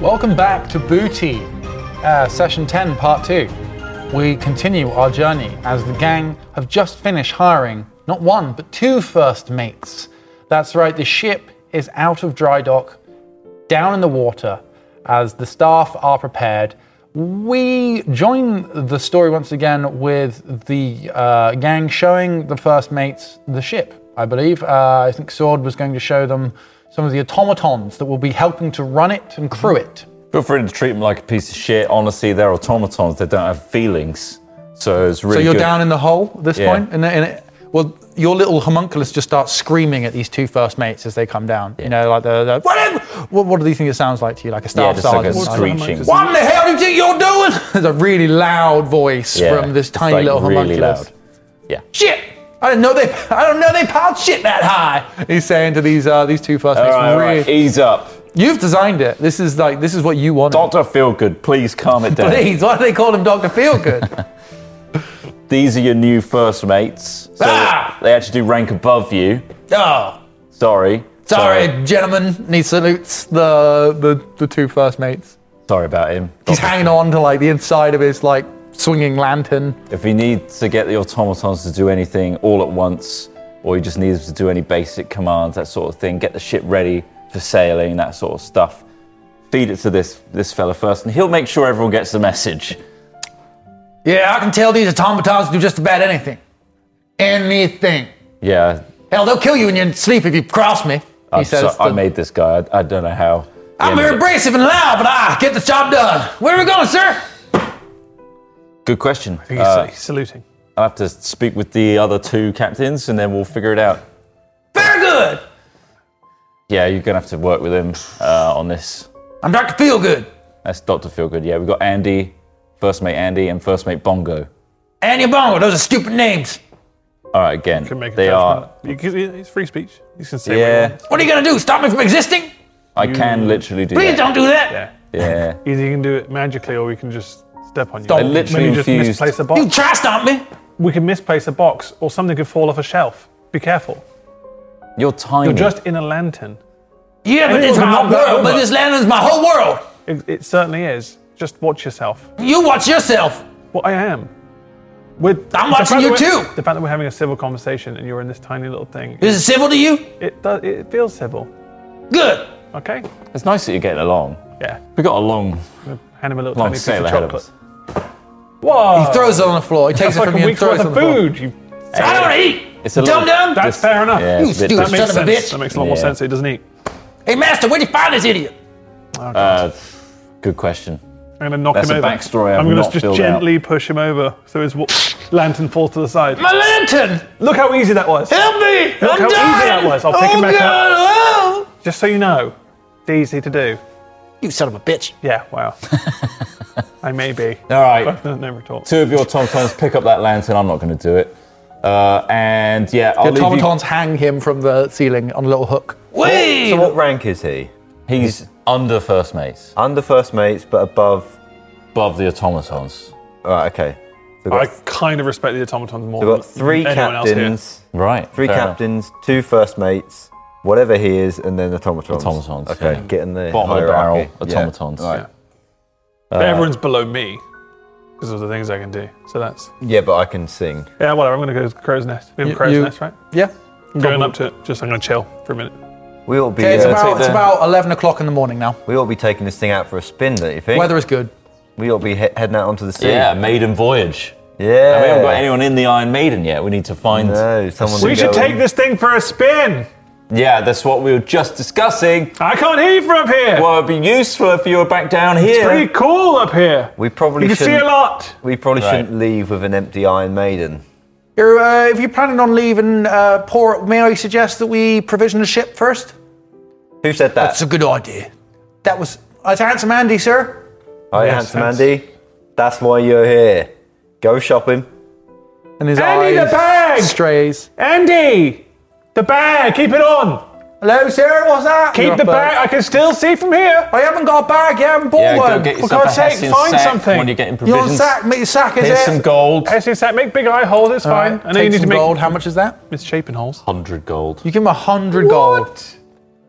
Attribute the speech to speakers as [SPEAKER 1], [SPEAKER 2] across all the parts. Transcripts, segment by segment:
[SPEAKER 1] Welcome back to Booty, uh, session 10, part 2. We continue our journey as the gang have just finished hiring not one, but two first mates. That's right, the ship is out of dry dock, down in the water, as the staff are prepared. We join the story once again with the uh, gang showing the first mates the ship, I believe. Uh, I think Sword was going to show them some of the automatons that will be helping to run it and crew it.
[SPEAKER 2] Feel free to treat them like a piece of shit. Honestly, they're automatons. They don't have feelings. So it's really
[SPEAKER 1] so you're
[SPEAKER 2] good.
[SPEAKER 1] down in the hole at this
[SPEAKER 2] Yeah.
[SPEAKER 1] point, and, and it, well, your little homunculus just starts screaming at these two first mates as they come down. You know, like the, the what, am- what? What do you think it sounds like to you? Like a
[SPEAKER 2] Yeah,
[SPEAKER 1] staff
[SPEAKER 2] just like a
[SPEAKER 1] sergeant. like-
[SPEAKER 2] screeching.
[SPEAKER 1] what in the hell do you think you're doing? There's a really loud voice
[SPEAKER 2] Yeah,
[SPEAKER 1] from this
[SPEAKER 2] it's
[SPEAKER 1] tiny
[SPEAKER 2] like
[SPEAKER 1] little
[SPEAKER 2] really
[SPEAKER 1] homunculus.
[SPEAKER 2] loud. Yeah.
[SPEAKER 1] Shit! I didn't know they. I don't know they piled shit that high. He's saying to these uh, these two first
[SPEAKER 2] All
[SPEAKER 1] mates.
[SPEAKER 2] right, all
[SPEAKER 1] really-
[SPEAKER 2] right. Ease up.
[SPEAKER 1] You've designed it. This is like this is what you wanted.
[SPEAKER 2] Doctor Feelgood, please calm it down.
[SPEAKER 1] Please, why do they call him Doctor Feelgood?
[SPEAKER 2] These are your new first mates. So
[SPEAKER 1] Ah!
[SPEAKER 2] They actually do rank above you.
[SPEAKER 1] oh.
[SPEAKER 2] Sorry.
[SPEAKER 1] Sorry, gentlemen. And he salutes the, the the two first mates.
[SPEAKER 2] Sorry about him.
[SPEAKER 1] He's hanging on to like the inside of his like swinging lantern.
[SPEAKER 2] If he needs to get the automatons to do anything all at once, or he just needs to do any basic commands, that sort of thing, get the ship ready for sailing, that sort of stuff, feed it to this this fella first, and he'll make sure everyone gets the message.
[SPEAKER 1] Yeah, I can tell these automatons do just about anything. Anything.
[SPEAKER 2] Yeah,
[SPEAKER 1] Hell, they'll kill you in your sleep if you cross me. He
[SPEAKER 2] I'm so- I
[SPEAKER 1] to-
[SPEAKER 2] made this guy. I, I don't know how.
[SPEAKER 1] I'm
[SPEAKER 2] Yeah,
[SPEAKER 1] very abrasive and loud, but I get the job done. Where are we going, sir?
[SPEAKER 2] Good question.
[SPEAKER 3] He's,
[SPEAKER 2] Uh,
[SPEAKER 3] he's saluting.
[SPEAKER 2] I'll have to speak with the other two captains, and then we'll figure it out.
[SPEAKER 1] Very good.
[SPEAKER 2] Yeah, you're gonna have to work with him uh, on this.
[SPEAKER 1] I'm Dr. Feelgood.
[SPEAKER 2] That's Doctor Feelgood. Yeah, we've got Andy, first mate Andy, and first mate Bongo.
[SPEAKER 1] Annie Bongo, those are stupid names.
[SPEAKER 2] All right, again,
[SPEAKER 3] Can make a
[SPEAKER 2] they are.
[SPEAKER 3] judgment. You can- It's free speech. You can say what you
[SPEAKER 2] Yeah,
[SPEAKER 3] want.
[SPEAKER 1] What are you gonna do? Stop me from existing?
[SPEAKER 2] I can literally do
[SPEAKER 1] Please
[SPEAKER 2] that.
[SPEAKER 1] don't do that.
[SPEAKER 3] Yeah.
[SPEAKER 2] Yeah,
[SPEAKER 3] Either you can do it magically or we can just step on you.
[SPEAKER 1] Stop. I
[SPEAKER 3] Maybe
[SPEAKER 2] literally
[SPEAKER 3] just
[SPEAKER 2] infused-
[SPEAKER 3] misplace a
[SPEAKER 1] You
[SPEAKER 3] box.
[SPEAKER 1] try stomp me.
[SPEAKER 3] We can misplace a box or something could fall off a shelf. Be careful.
[SPEAKER 2] you're tiny.
[SPEAKER 3] You're just in a lantern.
[SPEAKER 1] Yeah, but
[SPEAKER 3] Anyone
[SPEAKER 1] it's
[SPEAKER 3] would
[SPEAKER 1] my
[SPEAKER 3] knock that
[SPEAKER 1] world. But
[SPEAKER 3] over.
[SPEAKER 1] this lantern's my whole world.
[SPEAKER 3] It, it certainly is. Just watch yourself.
[SPEAKER 1] You watch yourself.
[SPEAKER 3] Well, I am. We're,
[SPEAKER 1] I'm
[SPEAKER 3] the
[SPEAKER 1] watching
[SPEAKER 3] fact
[SPEAKER 1] you
[SPEAKER 3] that we're-
[SPEAKER 1] too.
[SPEAKER 3] The fact that we're having a civil conversation and you're in this tiny little thing,
[SPEAKER 1] Is it civil to you?
[SPEAKER 3] it does. It feels civil.
[SPEAKER 1] Good.
[SPEAKER 3] Okay.
[SPEAKER 2] It's nice that you're getting along.
[SPEAKER 3] Yeah.
[SPEAKER 2] We got a long,
[SPEAKER 3] Hand him a little
[SPEAKER 2] long
[SPEAKER 3] tiny piece of
[SPEAKER 2] sail ahead of
[SPEAKER 3] chocolate.
[SPEAKER 2] us.
[SPEAKER 3] Whoa!
[SPEAKER 1] He throws it on the floor. He takes
[SPEAKER 3] That's
[SPEAKER 1] it
[SPEAKER 3] like
[SPEAKER 1] from
[SPEAKER 3] a
[SPEAKER 1] you and
[SPEAKER 3] week's
[SPEAKER 1] throws
[SPEAKER 3] worth
[SPEAKER 1] it on
[SPEAKER 3] of
[SPEAKER 1] the floor.
[SPEAKER 3] food. You,
[SPEAKER 1] I don't want to eat.
[SPEAKER 2] It's a
[SPEAKER 1] Dumb
[SPEAKER 2] little-
[SPEAKER 1] dumb.
[SPEAKER 3] that's
[SPEAKER 2] This-
[SPEAKER 3] fair enough.
[SPEAKER 2] yeah,
[SPEAKER 1] You
[SPEAKER 2] it's a bit
[SPEAKER 1] stupid
[SPEAKER 3] That makes
[SPEAKER 1] son of a
[SPEAKER 3] sense.
[SPEAKER 1] bitch.
[SPEAKER 3] That makes a lot more
[SPEAKER 2] Yeah.
[SPEAKER 3] sense. It doesn't eat.
[SPEAKER 1] Hey, master, where'd you find this idiot?
[SPEAKER 2] Uh, good question.
[SPEAKER 3] I'm gonna knock
[SPEAKER 2] That's
[SPEAKER 3] him
[SPEAKER 2] a
[SPEAKER 3] over.
[SPEAKER 2] backstory I've
[SPEAKER 3] I'm gonna
[SPEAKER 2] not
[SPEAKER 3] just
[SPEAKER 2] filled
[SPEAKER 3] gently push him over so his wa- lantern falls to the side.
[SPEAKER 1] My lantern.
[SPEAKER 3] Look how easy that was.
[SPEAKER 1] Help me.
[SPEAKER 3] Look
[SPEAKER 1] I'm
[SPEAKER 3] how
[SPEAKER 1] dying.
[SPEAKER 3] easy that was. I'll pick
[SPEAKER 1] oh,
[SPEAKER 3] him back up.
[SPEAKER 1] God. Oh.
[SPEAKER 3] Just so you know, it's easy to do.
[SPEAKER 1] You son of a bitch.
[SPEAKER 3] Yeah. Wow. I may be.
[SPEAKER 2] All right.
[SPEAKER 3] I've never talked.
[SPEAKER 2] two of your tomtoms pick up that lantern. I'm not going to do it. Uh, and yeah, I'll leave you.
[SPEAKER 1] hang him from the ceiling on a little hook. Wait.
[SPEAKER 4] So what rank is he?
[SPEAKER 2] He's under first mates,
[SPEAKER 4] Under first mates, but above.
[SPEAKER 2] above the automatons.
[SPEAKER 4] Right, okay. So
[SPEAKER 3] I
[SPEAKER 4] we've got,
[SPEAKER 3] kind of respect the automatons more.
[SPEAKER 4] we've got
[SPEAKER 3] than
[SPEAKER 4] three
[SPEAKER 3] anyone else here.
[SPEAKER 4] captains,
[SPEAKER 2] Right.
[SPEAKER 4] three
[SPEAKER 2] fair enough.
[SPEAKER 4] captains, two first mates, whatever he is, and then automatons.
[SPEAKER 2] Automatons,
[SPEAKER 4] Okay,
[SPEAKER 2] yeah.
[SPEAKER 4] get in the
[SPEAKER 2] Bottom of the barrel
[SPEAKER 4] hierarchy. Yeah,
[SPEAKER 2] automatons.
[SPEAKER 4] Right.
[SPEAKER 3] But
[SPEAKER 2] uh,
[SPEAKER 3] everyone's below me because of the things I can do. So that's
[SPEAKER 4] Yeah. but I can sing.
[SPEAKER 3] yeah. Whatever. I'm gonna go to crow's nest. We have a crow's
[SPEAKER 1] you-
[SPEAKER 3] nest, right?
[SPEAKER 1] Yeah.
[SPEAKER 3] Going up to it. Just I'm gonna chill for a minute.
[SPEAKER 4] We ought to be.
[SPEAKER 1] Okay, it's,
[SPEAKER 4] uh,
[SPEAKER 1] about,
[SPEAKER 4] take
[SPEAKER 1] it's
[SPEAKER 4] the-
[SPEAKER 1] about 11 o'clock in the morning now.
[SPEAKER 4] We ought to be taking this thing out for a spin, don't you think?
[SPEAKER 1] Weather is good.
[SPEAKER 4] we ought to be he- heading out onto the sea.
[SPEAKER 2] Yeah, maiden voyage.
[SPEAKER 4] Yeah.
[SPEAKER 2] And we haven't got anyone in the Iron Maiden yet. We need to find.
[SPEAKER 4] No, someone.
[SPEAKER 3] We
[SPEAKER 4] to
[SPEAKER 3] should
[SPEAKER 4] go
[SPEAKER 3] take
[SPEAKER 4] in.
[SPEAKER 3] this thing for a spin.
[SPEAKER 2] Yeah, that's what we were just discussing.
[SPEAKER 3] I can't hear you from up here.
[SPEAKER 2] Well, it'd be useful if you were back down here.
[SPEAKER 3] Pretty cool up here.
[SPEAKER 4] We probably
[SPEAKER 3] you can see
[SPEAKER 4] shouldn't.
[SPEAKER 3] a lot.
[SPEAKER 4] We probably
[SPEAKER 2] Right.
[SPEAKER 4] shouldn't leave with an empty Iron Maiden.
[SPEAKER 1] You're, uh, if you're planning on leaving uh, port, may I suggest that we provision the ship first?
[SPEAKER 4] Who said that?
[SPEAKER 1] That's a good idea. That was. uh, That's handsome Andy, sir.
[SPEAKER 4] Hi,
[SPEAKER 3] Yes,
[SPEAKER 4] handsome
[SPEAKER 3] that's-
[SPEAKER 4] Andy. That's why you're here. Go shopping.
[SPEAKER 1] And his
[SPEAKER 3] Andy, the bag!
[SPEAKER 1] strays.
[SPEAKER 3] Andy! The bag! Keep it on!
[SPEAKER 1] Hello, sir. What's that?
[SPEAKER 3] Keep
[SPEAKER 1] You're
[SPEAKER 3] the
[SPEAKER 1] up,
[SPEAKER 3] bag! I can still see from here!
[SPEAKER 1] I haven't got a bag. You haven't bought one.
[SPEAKER 3] yourself For God's a sake, Hessian find sack something. when you're
[SPEAKER 2] getting
[SPEAKER 1] Your sack, me sack is
[SPEAKER 2] Here's
[SPEAKER 1] it?
[SPEAKER 2] some gold.
[SPEAKER 3] Hessian sack, make big eye holes, it's
[SPEAKER 1] All right,
[SPEAKER 3] fine. I know you
[SPEAKER 1] take
[SPEAKER 3] need to
[SPEAKER 1] some
[SPEAKER 3] make
[SPEAKER 1] gold. How much is that?
[SPEAKER 3] misshapen holes.
[SPEAKER 2] 100 gold.
[SPEAKER 1] You give him a hundred gold.
[SPEAKER 3] What?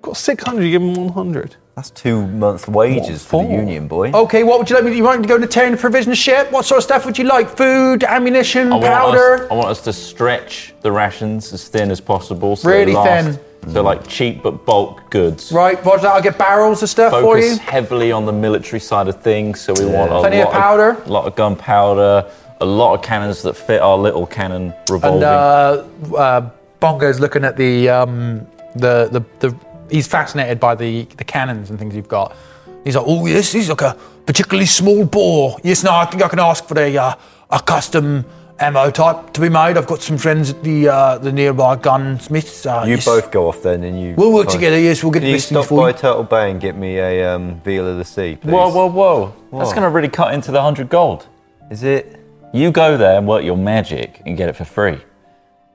[SPEAKER 3] Got 600, you give him 100.
[SPEAKER 4] That's two months' wages for the
[SPEAKER 3] for?
[SPEAKER 4] union, boy.
[SPEAKER 1] Okay, what would you like me? You want me to go to tearing the provision ship? What sort of stuff would you like? Food, ammunition, powder.
[SPEAKER 2] I want us to stretch the rations as thin as possible. So
[SPEAKER 1] Really
[SPEAKER 2] they last.
[SPEAKER 1] thin.
[SPEAKER 2] So like cheap but bulk goods.
[SPEAKER 1] Right, Roger. that. I'll get barrels of stuff for
[SPEAKER 2] Focus
[SPEAKER 1] you.
[SPEAKER 2] heavily on the military side of things. So we want a
[SPEAKER 1] Plenty of
[SPEAKER 2] lot
[SPEAKER 1] powder.
[SPEAKER 2] a lot of gunpowder, a lot of cannons that fit our little cannon revolving.
[SPEAKER 1] And uh, uh, Bongo's looking at the um, the the the. He's fascinated by the the cannons and things you've got. He's like, oh yes, he's like a particularly small bore. Yes, no, I think I can ask for a uh, a custom ammo type to be made. I've got some friends at the uh, the nearby gunsmiths. Uh,
[SPEAKER 4] You
[SPEAKER 1] yes.
[SPEAKER 4] both go off then, and you.
[SPEAKER 1] We'll work
[SPEAKER 4] find-
[SPEAKER 1] together. Yes, we'll get
[SPEAKER 4] Can
[SPEAKER 1] the
[SPEAKER 4] you
[SPEAKER 1] best things
[SPEAKER 4] stop
[SPEAKER 1] for
[SPEAKER 4] by
[SPEAKER 1] you.
[SPEAKER 4] Turtle Bay and get me a um, veal of the sea, please?
[SPEAKER 2] whoa, whoa, whoa, That's
[SPEAKER 4] What?
[SPEAKER 2] gonna really cut into the hundred gold.
[SPEAKER 4] Is it?
[SPEAKER 2] You go there and work your magic and get it for free.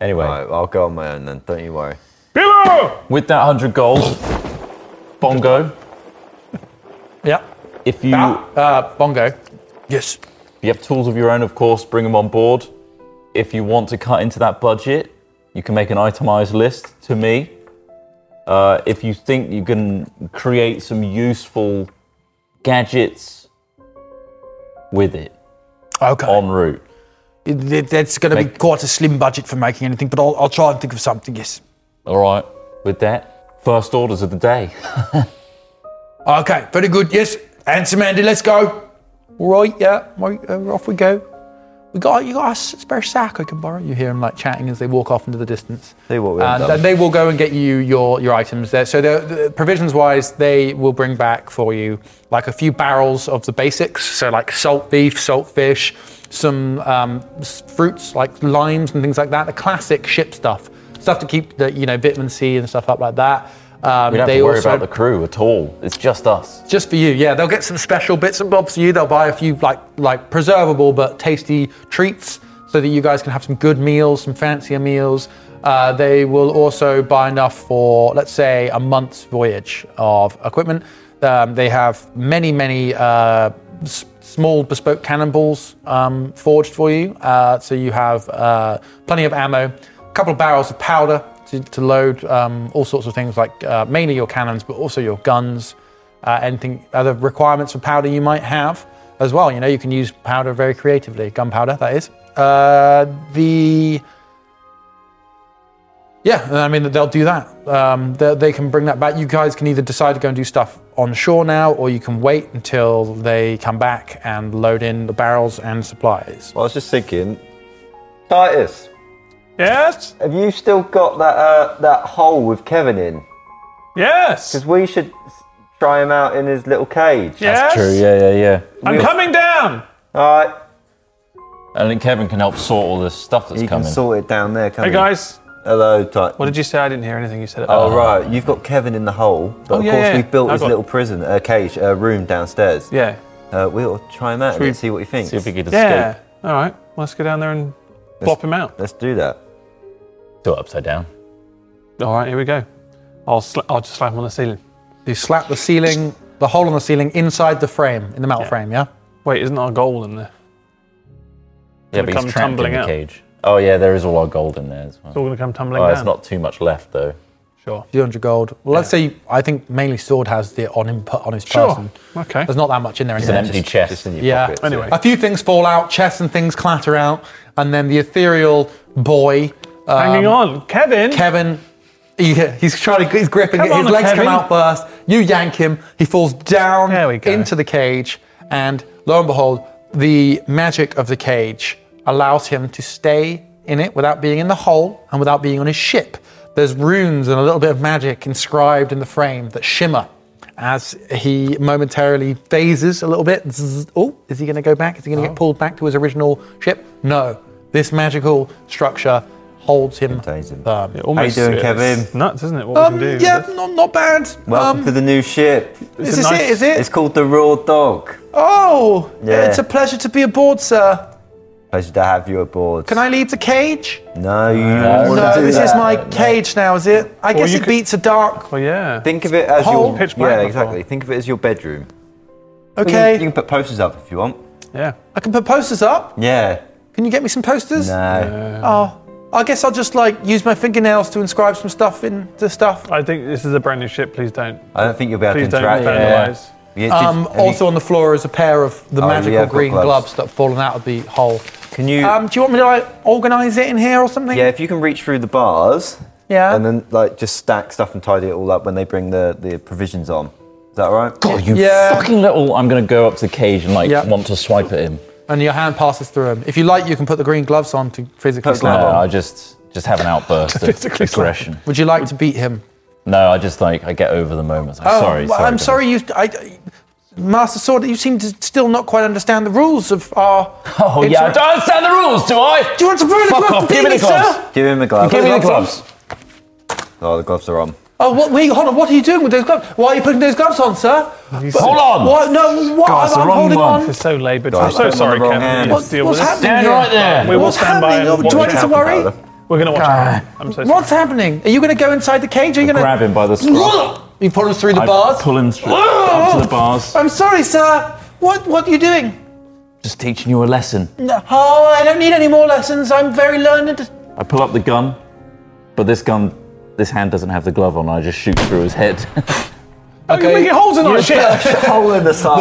[SPEAKER 2] Anyway,
[SPEAKER 4] Right, I'll go on my own then. Don't you worry.
[SPEAKER 3] Pillow!
[SPEAKER 2] with that hundred gold, Bongo,
[SPEAKER 1] Yeah.
[SPEAKER 2] if you
[SPEAKER 1] Uh, Bongo. Yes.
[SPEAKER 2] you have tools of your own, of course, bring them on board. If you want to cut into that budget, you can make an itemized list to me. Uh, if you think you can create some useful gadgets with it
[SPEAKER 1] Okay.
[SPEAKER 2] en route.
[SPEAKER 1] It- it- that's going to be
[SPEAKER 2] Make-
[SPEAKER 1] quite a slim budget for making anything, but I'll, I'll try and think of something. Yes.
[SPEAKER 2] All right, with that, first orders of the day.
[SPEAKER 1] Okay. Very good. Yes. Handsome Andy, let's go. All right. Yeah. Right, uh, off we go. We got you got a s- spare sack I can borrow. You hear them like chatting as they walk off into the distance.
[SPEAKER 4] Tell you what we
[SPEAKER 1] And
[SPEAKER 4] haven't
[SPEAKER 1] uh,
[SPEAKER 4] done.
[SPEAKER 1] they will go and get you your, your items there. So the, the provisions wise, they will bring back for you like a few barrels of the basics. So like salt beef, salt fish, some um, s- fruits like limes and things like that. The classic ship stuff, stuff to keep the you know vitamin C and stuff up like that. Um,
[SPEAKER 2] We don't have
[SPEAKER 1] they
[SPEAKER 2] to worry
[SPEAKER 1] also-
[SPEAKER 2] about the crew at all. It's just us.
[SPEAKER 1] just for you. Yeah, they'll get some special bits and bobs for you. They'll buy a few like like preservable but tasty treats so that you guys can have some good meals, some fancier meals. Uh, they will also buy enough for let's say a month's voyage of equipment. Um, they have many many. Uh, s- Small bespoke cannonballs um, forged for you, uh, so you have uh, plenty of ammo, a couple of barrels of powder to, to load um, all sorts of things like uh, mainly your cannons, but also your guns, uh, anything other requirements for powder you might have as well. You know, you can use powder very creatively, gunpowder that is. Uh, the yeah, I mean they'll do that. Um, they, they can bring that back. You guys can either decide to go and do stuff on shore now, or you can wait until they come back and load in the barrels and supplies.
[SPEAKER 4] I was just thinking, Titus,
[SPEAKER 3] Yes?
[SPEAKER 4] have you still got that uh, that hole with Kevin in?
[SPEAKER 3] Yes!
[SPEAKER 4] Because we should s- try him out in his little cage.
[SPEAKER 3] Yes!
[SPEAKER 2] True, yeah, yeah, yeah.
[SPEAKER 3] I'm coming down!
[SPEAKER 4] All right.
[SPEAKER 2] And then Kevin can help sort all this stuff that's
[SPEAKER 4] You
[SPEAKER 2] coming.
[SPEAKER 4] can sort it down there,
[SPEAKER 3] Hey
[SPEAKER 4] can't you?
[SPEAKER 3] guys,
[SPEAKER 4] Hello, Titus.
[SPEAKER 3] what did you say? I didn't hear anything you said.
[SPEAKER 4] Oh right, you've got Kevin in the hole, but
[SPEAKER 3] Oh,
[SPEAKER 4] of
[SPEAKER 3] yeah,
[SPEAKER 4] course
[SPEAKER 3] yeah.
[SPEAKER 4] we've built
[SPEAKER 3] I've
[SPEAKER 4] his
[SPEAKER 3] got-
[SPEAKER 4] little prison, uh, cage, uh, room downstairs.
[SPEAKER 3] Yeah.
[SPEAKER 4] Uh, we'll try him out
[SPEAKER 3] we-
[SPEAKER 4] and see what he thinks.
[SPEAKER 2] See if we can escape.
[SPEAKER 3] Yeah. All right. Let's go down there and plop him out.
[SPEAKER 4] Let's do that.
[SPEAKER 2] Do it upside down.
[SPEAKER 3] All right. Here we go. I'll sla- I'll just slap him on the ceiling.
[SPEAKER 1] You slap the ceiling, the hole on the ceiling inside the frame, in the metal
[SPEAKER 3] Yeah.
[SPEAKER 1] frame. Yeah.
[SPEAKER 3] Wait, isn't our goal in there?
[SPEAKER 2] Yeah,
[SPEAKER 3] Gonna
[SPEAKER 2] but
[SPEAKER 3] come
[SPEAKER 2] he's trapped in
[SPEAKER 3] tumbling
[SPEAKER 2] the
[SPEAKER 3] out.
[SPEAKER 2] cage. Oh yeah, there is all our gold in there as well.
[SPEAKER 3] It's all going to come tumbling
[SPEAKER 2] Oh,
[SPEAKER 3] down.
[SPEAKER 2] it's not too much left though.
[SPEAKER 3] Sure.
[SPEAKER 1] Few hundred gold. Well, let's say I think mainly Sword has the on him on his
[SPEAKER 3] Sure.
[SPEAKER 1] person.
[SPEAKER 3] Okay.
[SPEAKER 1] There's not that much in there. Is
[SPEAKER 2] It's an
[SPEAKER 1] there?
[SPEAKER 2] empty
[SPEAKER 4] Just-
[SPEAKER 2] chest.
[SPEAKER 4] just in your
[SPEAKER 1] Yeah.
[SPEAKER 4] pockets,
[SPEAKER 3] Anyway.
[SPEAKER 1] A few things fall out, chests and things clatter out, and then the ethereal boy, uh,
[SPEAKER 3] Hanging on, Kevin.
[SPEAKER 1] Kevin, he, he's trying to, he's gripping
[SPEAKER 3] Come
[SPEAKER 1] it. His
[SPEAKER 3] on,
[SPEAKER 1] legs
[SPEAKER 3] Kevin.
[SPEAKER 1] come out first. You yank him. He falls down
[SPEAKER 3] There we go.
[SPEAKER 1] into the cage, and lo and behold, the magic of the cage allows him to stay in it without being in the hole and without being on his ship. There's runes and a little bit of magic inscribed in the frame that shimmer as he momentarily phases a little bit. Zzz, oh, is he going to go back? Is he going to get pulled back to his original ship? No. This magical structure holds him
[SPEAKER 4] Contains him.
[SPEAKER 1] firm.
[SPEAKER 3] It almost-
[SPEAKER 4] doing,
[SPEAKER 3] it's
[SPEAKER 4] Kevin?
[SPEAKER 3] Nuts, isn't it? What
[SPEAKER 1] Um,
[SPEAKER 3] we can do?
[SPEAKER 1] yeah, not, not bad.
[SPEAKER 4] Welcome
[SPEAKER 1] Um,
[SPEAKER 4] to the new ship.
[SPEAKER 1] is
[SPEAKER 3] a
[SPEAKER 1] this
[SPEAKER 3] nice-
[SPEAKER 1] it? Is it?
[SPEAKER 4] It's called the Raw Dog.
[SPEAKER 1] Oh,
[SPEAKER 4] Yeah.
[SPEAKER 1] it's a pleasure to be aboard, sir.
[SPEAKER 4] Pleasure to have you aboard.
[SPEAKER 1] Can I leave the cage?
[SPEAKER 4] No, you don't want
[SPEAKER 1] No,
[SPEAKER 4] to do
[SPEAKER 1] this is
[SPEAKER 4] that.
[SPEAKER 1] my cage now, is it? I guess
[SPEAKER 3] you
[SPEAKER 1] it
[SPEAKER 3] could-
[SPEAKER 1] beats a
[SPEAKER 4] Mm,
[SPEAKER 1] dark.
[SPEAKER 3] Well, yeah.
[SPEAKER 4] Think of it as
[SPEAKER 1] Hole.
[SPEAKER 4] your
[SPEAKER 3] Pitch black
[SPEAKER 4] yeah,
[SPEAKER 3] before.
[SPEAKER 4] exactly. Think of it as your bedroom. You can-
[SPEAKER 1] Okay,
[SPEAKER 4] You can put posters up if you want.
[SPEAKER 3] yeah.
[SPEAKER 1] I can put posters up.
[SPEAKER 4] Yeah.
[SPEAKER 1] Can you get me some posters?
[SPEAKER 4] No.
[SPEAKER 1] Oh, I guess I'll just like use my fingernails to inscribe some stuff into stuff.
[SPEAKER 3] I think this is a brand new ship. Please don't.
[SPEAKER 4] I don't think you'll be able
[SPEAKER 3] Please
[SPEAKER 4] to
[SPEAKER 3] don't
[SPEAKER 4] interact.
[SPEAKER 3] vandalise.
[SPEAKER 4] Yeah. Yeah,
[SPEAKER 1] Um,
[SPEAKER 4] did- have you-
[SPEAKER 1] also on the floor is a pair of the
[SPEAKER 4] Oh,
[SPEAKER 1] magical
[SPEAKER 4] yeah, I've got
[SPEAKER 1] green gloves.
[SPEAKER 4] gloves.
[SPEAKER 1] that have fallen out of the hole.
[SPEAKER 4] can you?
[SPEAKER 1] Um, do you want me to like organize it in here or something?
[SPEAKER 4] yeah, if you can reach through the bars.
[SPEAKER 1] Yeah.
[SPEAKER 4] And then like just stack stuff and tidy it all up when they bring the the provisions on. Is that all right?
[SPEAKER 2] God, you
[SPEAKER 1] Yeah.
[SPEAKER 2] fucking little. I'm going to go up to the cage and like
[SPEAKER 1] Yeah.
[SPEAKER 2] want to swipe at him.
[SPEAKER 1] And your hand passes through them. If you like, you can put the green gloves on to physically
[SPEAKER 4] Put
[SPEAKER 2] No,
[SPEAKER 1] slap
[SPEAKER 4] gloves
[SPEAKER 1] him.
[SPEAKER 4] on.
[SPEAKER 2] I just just have an outburst of
[SPEAKER 3] Physically slap
[SPEAKER 2] aggression.
[SPEAKER 1] Would you like to beat him?
[SPEAKER 2] No, I just like I get over the moment. Like, sorry,
[SPEAKER 1] Oh, well,
[SPEAKER 2] sorry,
[SPEAKER 1] I'm
[SPEAKER 2] guys.
[SPEAKER 1] sorry you. I, Master Sword, you seem to still not quite understand the rules of our.
[SPEAKER 2] Oh yeah, I
[SPEAKER 1] interact-
[SPEAKER 2] don't understand the rules, do I?
[SPEAKER 1] Do you want to ruin
[SPEAKER 2] Fuck
[SPEAKER 1] the
[SPEAKER 2] off, give me the gloves.
[SPEAKER 1] sir?
[SPEAKER 4] Give him the gloves.
[SPEAKER 2] Give me the
[SPEAKER 1] gloves
[SPEAKER 2] gloves.
[SPEAKER 4] Oh, the gloves are on.
[SPEAKER 1] Oh, what, wait, hold on. What are you doing with those gloves? Why are you putting those gloves on, sir?
[SPEAKER 2] Hold on.
[SPEAKER 1] What? No, what?
[SPEAKER 2] God, it's the
[SPEAKER 1] I'm, I'm
[SPEAKER 2] wrong
[SPEAKER 1] holding
[SPEAKER 2] one.
[SPEAKER 1] on.
[SPEAKER 3] It's so laboured.
[SPEAKER 4] Guys,
[SPEAKER 3] I'm so
[SPEAKER 4] put them on
[SPEAKER 3] sorry,
[SPEAKER 4] the wrong
[SPEAKER 3] Kevin.
[SPEAKER 4] hand.
[SPEAKER 3] Let's
[SPEAKER 1] What's,
[SPEAKER 3] deal
[SPEAKER 1] what's
[SPEAKER 3] with this.
[SPEAKER 1] happening
[SPEAKER 2] Stand
[SPEAKER 1] here?
[SPEAKER 2] right there.
[SPEAKER 3] We will
[SPEAKER 1] What's
[SPEAKER 3] stand by.
[SPEAKER 1] happening?
[SPEAKER 3] and
[SPEAKER 1] Oh,
[SPEAKER 3] watch
[SPEAKER 1] do I
[SPEAKER 3] it
[SPEAKER 1] need to
[SPEAKER 3] happen.
[SPEAKER 1] worry?
[SPEAKER 3] We're gonna watch. it happen. I'm so sorry.
[SPEAKER 1] What's happening? Are you going to go inside the cage? Are you going
[SPEAKER 2] Grab him by the scruff.
[SPEAKER 1] to? You pull him through the
[SPEAKER 2] I
[SPEAKER 1] bars.
[SPEAKER 2] Pull him straight up to the bars.
[SPEAKER 1] I'm sorry, sir. What? What are you doing?
[SPEAKER 2] Just teaching you a lesson.
[SPEAKER 1] No. Oh, I don't need any more lessons. I'm very learned.
[SPEAKER 2] I pull up the gun, but this gun, this hand doesn't have the glove on. I just shoot through his head.
[SPEAKER 3] You're making holes in our ship.
[SPEAKER 4] Hole in the side.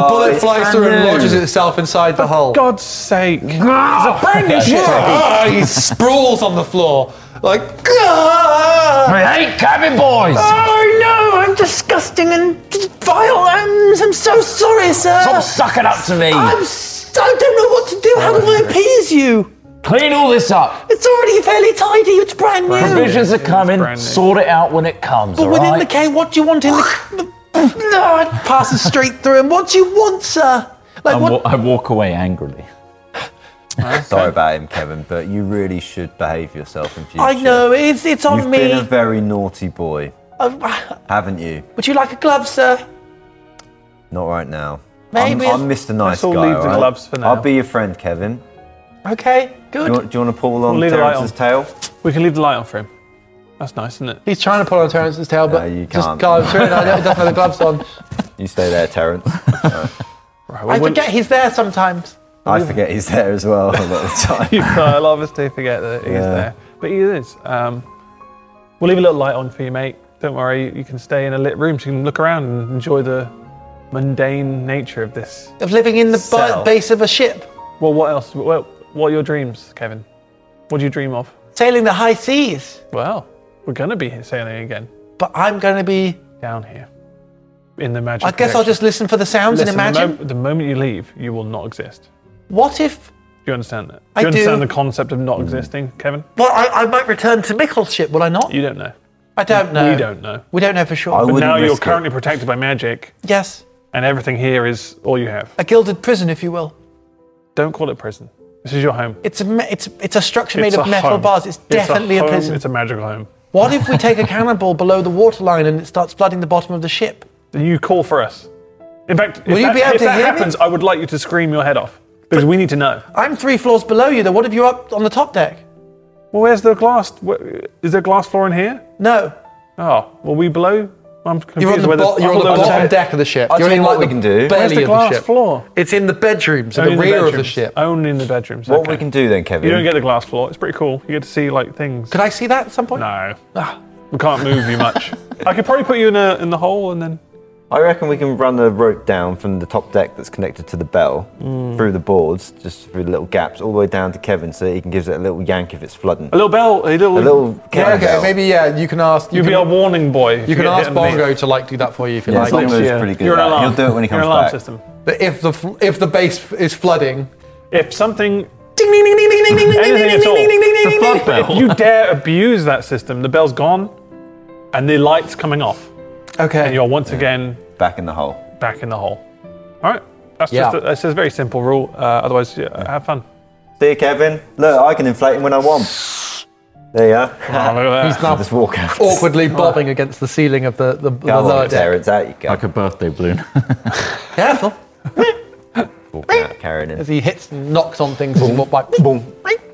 [SPEAKER 1] itself inside the hole.
[SPEAKER 3] God's sake. It's a brand new ship.
[SPEAKER 1] Ah, he sprawls on the floor like. "Ah,
[SPEAKER 2] I hate cabin boys.
[SPEAKER 1] Oh no! I'm disgusting and vile. I'm, I'm so sorry, sir.
[SPEAKER 2] Stop sucking up to me.
[SPEAKER 1] I'm s- I don't know what to do. How do I appease you?
[SPEAKER 2] Clean all this up.
[SPEAKER 1] It's already fairly tidy. It's brand new.
[SPEAKER 2] Provisions are coming.
[SPEAKER 3] brand new.
[SPEAKER 2] Sort it out when it comes.
[SPEAKER 1] But within
[SPEAKER 2] alright?
[SPEAKER 1] the cave, what do you want in the? no, it passes straight through him. What do you want, sir? Like
[SPEAKER 2] I'm
[SPEAKER 1] what?
[SPEAKER 2] wa- I walk away angrily.
[SPEAKER 4] Sorry about him, Kevin, but you really should behave yourself in future.
[SPEAKER 1] I know it's it's on
[SPEAKER 4] You've
[SPEAKER 1] me.
[SPEAKER 4] been a very naughty boy,
[SPEAKER 1] Uh,
[SPEAKER 4] haven't you?
[SPEAKER 1] would you like a glove, sir?
[SPEAKER 4] Not right now.
[SPEAKER 1] Maybe.
[SPEAKER 4] I'm, I'm Mr.
[SPEAKER 3] Let's
[SPEAKER 4] Nice
[SPEAKER 3] all
[SPEAKER 4] Guy.
[SPEAKER 3] leave the
[SPEAKER 4] alright?
[SPEAKER 3] gloves for now.
[SPEAKER 4] I'll be your friend, Kevin. Do
[SPEAKER 1] Okay,
[SPEAKER 4] you
[SPEAKER 1] good.
[SPEAKER 4] want, do you want to pull on
[SPEAKER 3] leave the light
[SPEAKER 4] Terrence's tail?
[SPEAKER 3] We can leave the light on for him. That's nice, isn't it?
[SPEAKER 1] He's trying to pull on Terrence's tail,
[SPEAKER 4] No, you can't.
[SPEAKER 1] through. and I don't don't have the gloves on.
[SPEAKER 4] You stay there, Terrence.
[SPEAKER 1] I
[SPEAKER 3] Right, we wouldn't-
[SPEAKER 1] forget he's there sometimes.
[SPEAKER 4] I forget he's there as well a lot of the time.
[SPEAKER 3] you I'll obviously forget that he's
[SPEAKER 4] Yeah.
[SPEAKER 3] there. But he is. Um, we'll leave a little light on for you, mate. Don't worry, you can stay in a lit room so you can look around and enjoy the mundane nature of this.
[SPEAKER 1] Of living in the
[SPEAKER 3] Cell.
[SPEAKER 1] bu- base of a ship,
[SPEAKER 3] Well, what else? Well, what are your dreams, Kevin? What do you dream of?
[SPEAKER 1] sailing the high seas.
[SPEAKER 3] Well, we're going to be sailing again
[SPEAKER 1] But I'm going to be.
[SPEAKER 3] down here in the magic.
[SPEAKER 1] I guess I'll just listen for the sounds
[SPEAKER 3] Listen,
[SPEAKER 1] and imagine.
[SPEAKER 3] The, mom- the moment you leave, you will not exist.
[SPEAKER 1] what if?
[SPEAKER 3] Do you understand that? Do
[SPEAKER 1] I
[SPEAKER 3] you
[SPEAKER 1] do.
[SPEAKER 3] understand the concept of not existing, Kevin?
[SPEAKER 1] Well, I, I might return to Mickle's ship. Will I not?
[SPEAKER 3] You don't know.
[SPEAKER 1] I don't know.
[SPEAKER 3] We don't know.
[SPEAKER 1] We don't know for sure.
[SPEAKER 4] I
[SPEAKER 3] But
[SPEAKER 4] wouldn't
[SPEAKER 3] now you're
[SPEAKER 4] risk it.
[SPEAKER 3] currently protected by magic,
[SPEAKER 1] yes,
[SPEAKER 3] and everything here is all you have.
[SPEAKER 1] a gilded prison, if you will.
[SPEAKER 3] Don't call it prison. This is your home.
[SPEAKER 1] It's a me- it's it's a structure made
[SPEAKER 3] It's
[SPEAKER 1] of
[SPEAKER 3] a
[SPEAKER 1] metal
[SPEAKER 3] home.
[SPEAKER 1] bars. It's definitely a,
[SPEAKER 3] home,
[SPEAKER 1] prison.
[SPEAKER 3] It's a magical home.
[SPEAKER 1] what if we take a cannonball below the waterline and it starts flooding the bottom of the ship?
[SPEAKER 3] You call for us. In fact, if
[SPEAKER 1] Will you
[SPEAKER 3] that,
[SPEAKER 1] be able
[SPEAKER 3] if
[SPEAKER 1] to
[SPEAKER 3] that
[SPEAKER 1] hear me?
[SPEAKER 3] happens, I would like you to scream your head off because we need to know.
[SPEAKER 1] I'm three floors below you, though. What if you're up on the top deck?
[SPEAKER 3] Well, where's the glass? where- Is there glass floor in here?
[SPEAKER 1] No,
[SPEAKER 3] Oh, well, we below. I'm confused
[SPEAKER 1] you're on the,
[SPEAKER 3] whether
[SPEAKER 1] bo- you're
[SPEAKER 3] I
[SPEAKER 1] on the
[SPEAKER 3] thought there was a
[SPEAKER 1] bottom
[SPEAKER 3] bit-
[SPEAKER 1] deck of the ship.
[SPEAKER 4] I'll
[SPEAKER 1] you're
[SPEAKER 4] tell
[SPEAKER 1] in
[SPEAKER 4] you what
[SPEAKER 1] like
[SPEAKER 4] we
[SPEAKER 1] the
[SPEAKER 4] can do.
[SPEAKER 3] Where's
[SPEAKER 1] belly
[SPEAKER 3] the
[SPEAKER 1] of the
[SPEAKER 3] glass
[SPEAKER 1] ship.
[SPEAKER 3] floor?
[SPEAKER 1] It's in the bedrooms, in
[SPEAKER 3] Only
[SPEAKER 1] the rear of the
[SPEAKER 3] bedrooms.
[SPEAKER 1] ship.
[SPEAKER 3] Only in the bedrooms.
[SPEAKER 4] What
[SPEAKER 3] okay.
[SPEAKER 4] we can do then, Kevin?
[SPEAKER 3] You don't get the glass floor. It's pretty cool. You get to see like things.
[SPEAKER 1] Could I see that at some point?
[SPEAKER 3] No,
[SPEAKER 1] Ah,
[SPEAKER 3] we can't move you much. I could probably put you in a in the hole and then.
[SPEAKER 4] I reckon we can run a rope down from the top deck that's connected to the bell through the boards, just through the little gaps, all the way down to Kevin, so that he can give it a little yank if it's flooding.
[SPEAKER 3] A little bell, a little.
[SPEAKER 4] A little
[SPEAKER 3] Yeah,
[SPEAKER 4] cowbell.
[SPEAKER 3] okay,
[SPEAKER 1] maybe yeah. You can ask.
[SPEAKER 3] You'd be a warning boy. if
[SPEAKER 1] You can
[SPEAKER 3] get hit
[SPEAKER 1] ask
[SPEAKER 3] in the-
[SPEAKER 1] Bongo to like do that for you if you
[SPEAKER 4] Yeah,
[SPEAKER 1] like.
[SPEAKER 4] Bongo's pretty good
[SPEAKER 3] You're an
[SPEAKER 4] at that.
[SPEAKER 3] alarm.
[SPEAKER 4] He'll do it when he
[SPEAKER 3] You're
[SPEAKER 4] comes
[SPEAKER 3] an alarm
[SPEAKER 4] back.
[SPEAKER 3] system.
[SPEAKER 1] But if the fl- if the base is flooding,
[SPEAKER 3] If something,
[SPEAKER 1] ding ding ding ding ding ding ding
[SPEAKER 3] anything at all,
[SPEAKER 2] It's a flood bell.
[SPEAKER 3] if you dare abuse that system, the bell's gone, and the light's coming off, and
[SPEAKER 1] Okay.
[SPEAKER 3] you're once again
[SPEAKER 4] Back in the hole.
[SPEAKER 3] back in the hole. All right, that's
[SPEAKER 1] Yeah.
[SPEAKER 3] just a, that's just a very simple rule. Uh, otherwise, yeah, have fun.
[SPEAKER 4] Dear Kevin, look, I can inflate him when I want. There you are.
[SPEAKER 3] uh,
[SPEAKER 1] He's now
[SPEAKER 4] Just walk out.
[SPEAKER 5] Awkwardly bobbing against the ceiling of the, the, the
[SPEAKER 4] Go
[SPEAKER 5] lower
[SPEAKER 4] on,
[SPEAKER 5] deck.
[SPEAKER 4] Terrence, out you go.
[SPEAKER 2] Like a birthday balloon.
[SPEAKER 5] Careful.
[SPEAKER 4] Walk out, carrying him.
[SPEAKER 5] As he hits, knocks on things and walk by.
[SPEAKER 4] Boom.